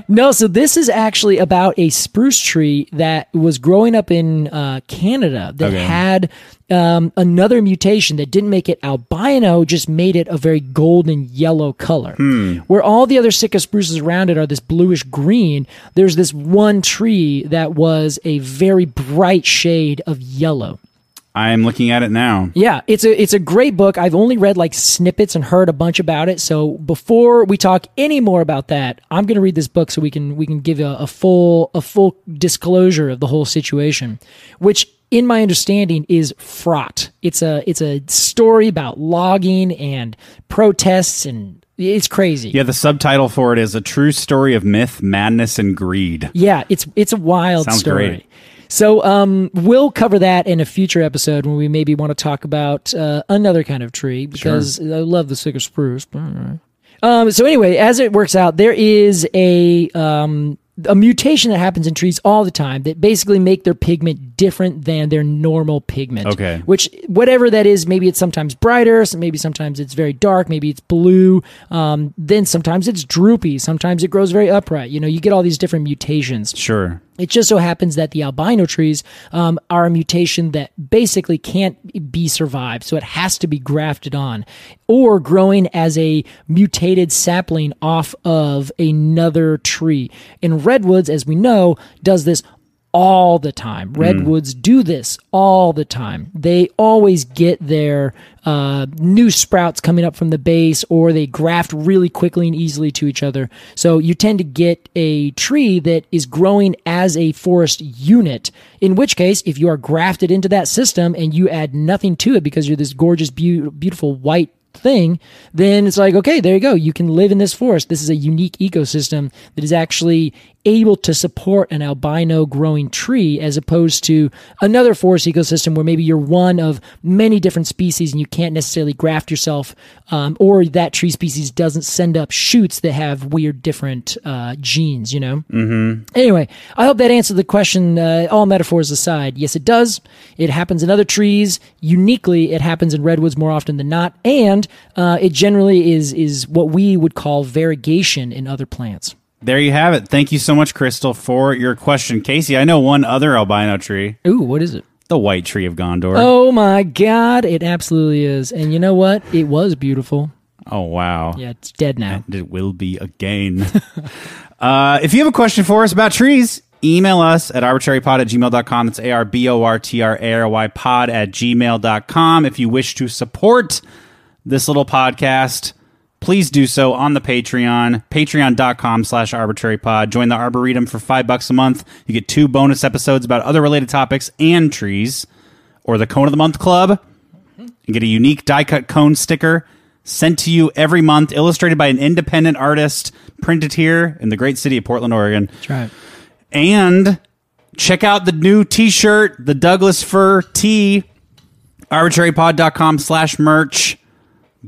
Speaker 2: No, so this is actually about a spruce tree that was growing up in uh, Canada that
Speaker 1: Okay.
Speaker 2: had um, another mutation that didn't make it albino, just made it a very golden yellow color.
Speaker 1: Hmm.
Speaker 2: Where all the other Sitka spruces around it are this bluish green, there's this one tree that was a very bright shade of yellow.
Speaker 1: I'm looking at it now.
Speaker 2: Yeah, it's a it's a great book. I've only read like snippets and heard a bunch about it. So before we talk any more about that, I'm going to read this book so we can we can give a, a full a full disclosure of the whole situation, which in my understanding is fraught. It's a it's a story about logging and protests and it's crazy.
Speaker 1: Yeah, the subtitle for it is "A True Story of Myth, Madness, and Greed."
Speaker 2: Yeah, it's it's a wild
Speaker 1: Sounds
Speaker 2: story.
Speaker 1: great.
Speaker 2: So um, we'll cover that in a future episode when we maybe want to talk about uh, another kind of tree because I love the sicker spruce. Um, so anyway, as it works out, there is a um, a mutation that happens in trees all the time that basically make their pigment different than their normal pigment.
Speaker 1: Okay.
Speaker 2: which whatever that is, maybe it's sometimes brighter, so maybe sometimes it's very dark, maybe it's blue. Um, then sometimes it's droopy, sometimes it grows very upright. You know, you get all these different mutations.
Speaker 1: Sure.
Speaker 2: It just so happens that the albino trees um, are a mutation that basically can't be survived. So it has to be grafted on or growing as a mutated sapling off of another tree. And redwoods, as we know, does this all the time. Redwoods do this all the time. They always get their uh, new sprouts coming up from the base, or they graft really quickly and easily to each other. So you tend to get a tree that is growing as a forest unit. In which case, if you are grafted into that system and you add nothing to it because you're this gorgeous, beau- beautiful white thing, then it's like, okay, there you go. You can live in this forest. This is a unique ecosystem that is actually able to support an albino growing tree as opposed to another forest ecosystem where maybe you're one of many different species and you can't necessarily graft yourself um, or that tree species doesn't send up shoots that have weird different uh, genes, you know? Anyway, I hope that answered the question. Uh, all metaphors aside, yes, it does. It happens in other trees. Uniquely, it happens in redwoods more often than not, and uh, it generally is is what we would call variegation in other plants.
Speaker 1: There you have it. Thank you so much, Crystal, for your question. Casey, I know one other albino tree,
Speaker 2: Ooh, what is it?
Speaker 1: the white tree of Gondor.
Speaker 2: Oh my God! It absolutely is. And you know what? It was beautiful.
Speaker 1: Oh, wow.
Speaker 2: Yeah, it's dead now.
Speaker 1: And it will be again. uh, if you have a question for us about trees, email us at arbitrarypod at gmail.com. That's A R B O R T R A R Y pod at gmail.com. If you wish to support this little podcast, please do so on the Patreon, patreon.com slash arbitrarypod. Join the Arboretum for five bucks a month. You get two bonus episodes about other related topics and trees, or the Cone of the Month Club. You get a unique die cut cone sticker sent to you every month, illustrated by an independent artist, printed here in the great city of Portland, Oregon.
Speaker 2: That's right.
Speaker 1: And check out the new t shirt, the Douglas Fir T, arbitrarypod.com slash merch.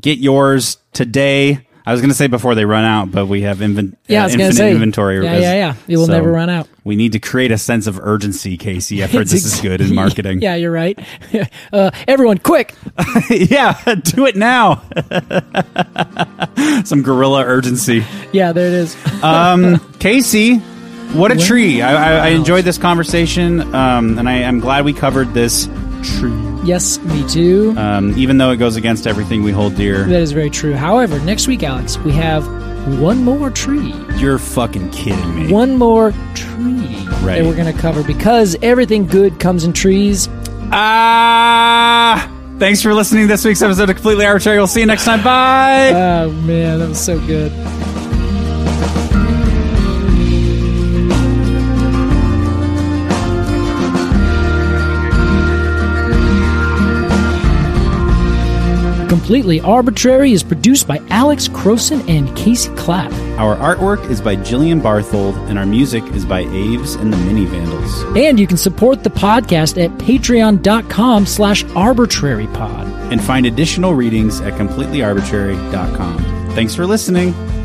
Speaker 1: Get yours today. I was going to say before they run out, but we have invent-
Speaker 2: Yeah, I was gonna
Speaker 1: infinite
Speaker 2: say.
Speaker 1: inventory.
Speaker 2: Yeah, yeah, yeah. It will never run out.
Speaker 1: We need to create a sense of urgency, Casey. I've heard
Speaker 2: It's
Speaker 1: this
Speaker 2: ex-
Speaker 1: is good in marketing.
Speaker 2: Yeah, you're right. uh, everyone, quick!
Speaker 1: yeah, do it now. Some gorilla urgency.
Speaker 2: Yeah, there it is.
Speaker 1: Casey, what a tree. I, I, I enjoyed this conversation, um, and I, I'm glad we covered this tree,
Speaker 2: yes, me too.
Speaker 1: um, even though it goes against everything we hold dear.
Speaker 2: That is very true. However, next week, Alex, we have one more tree.
Speaker 1: You're fucking kidding me.
Speaker 2: One more tree
Speaker 1: Right.
Speaker 2: that we're going to cover because everything good comes in trees.
Speaker 1: Ah! Thanks for listening to this week's episode of Completely Arbitrary. We'll see you next time. Bye!
Speaker 2: Oh, man, that was so good. Completely Arbitrary is produced by Alex Croson and Casey Clapp.
Speaker 1: Our artwork is by Jillian Barthold, and our music is by Aves and the Mini Vandals.
Speaker 2: And you can support the podcast at patreon.com slash arbitrarypod.
Speaker 1: And find additional readings at completelyarbitrary.com. Thanks for listening.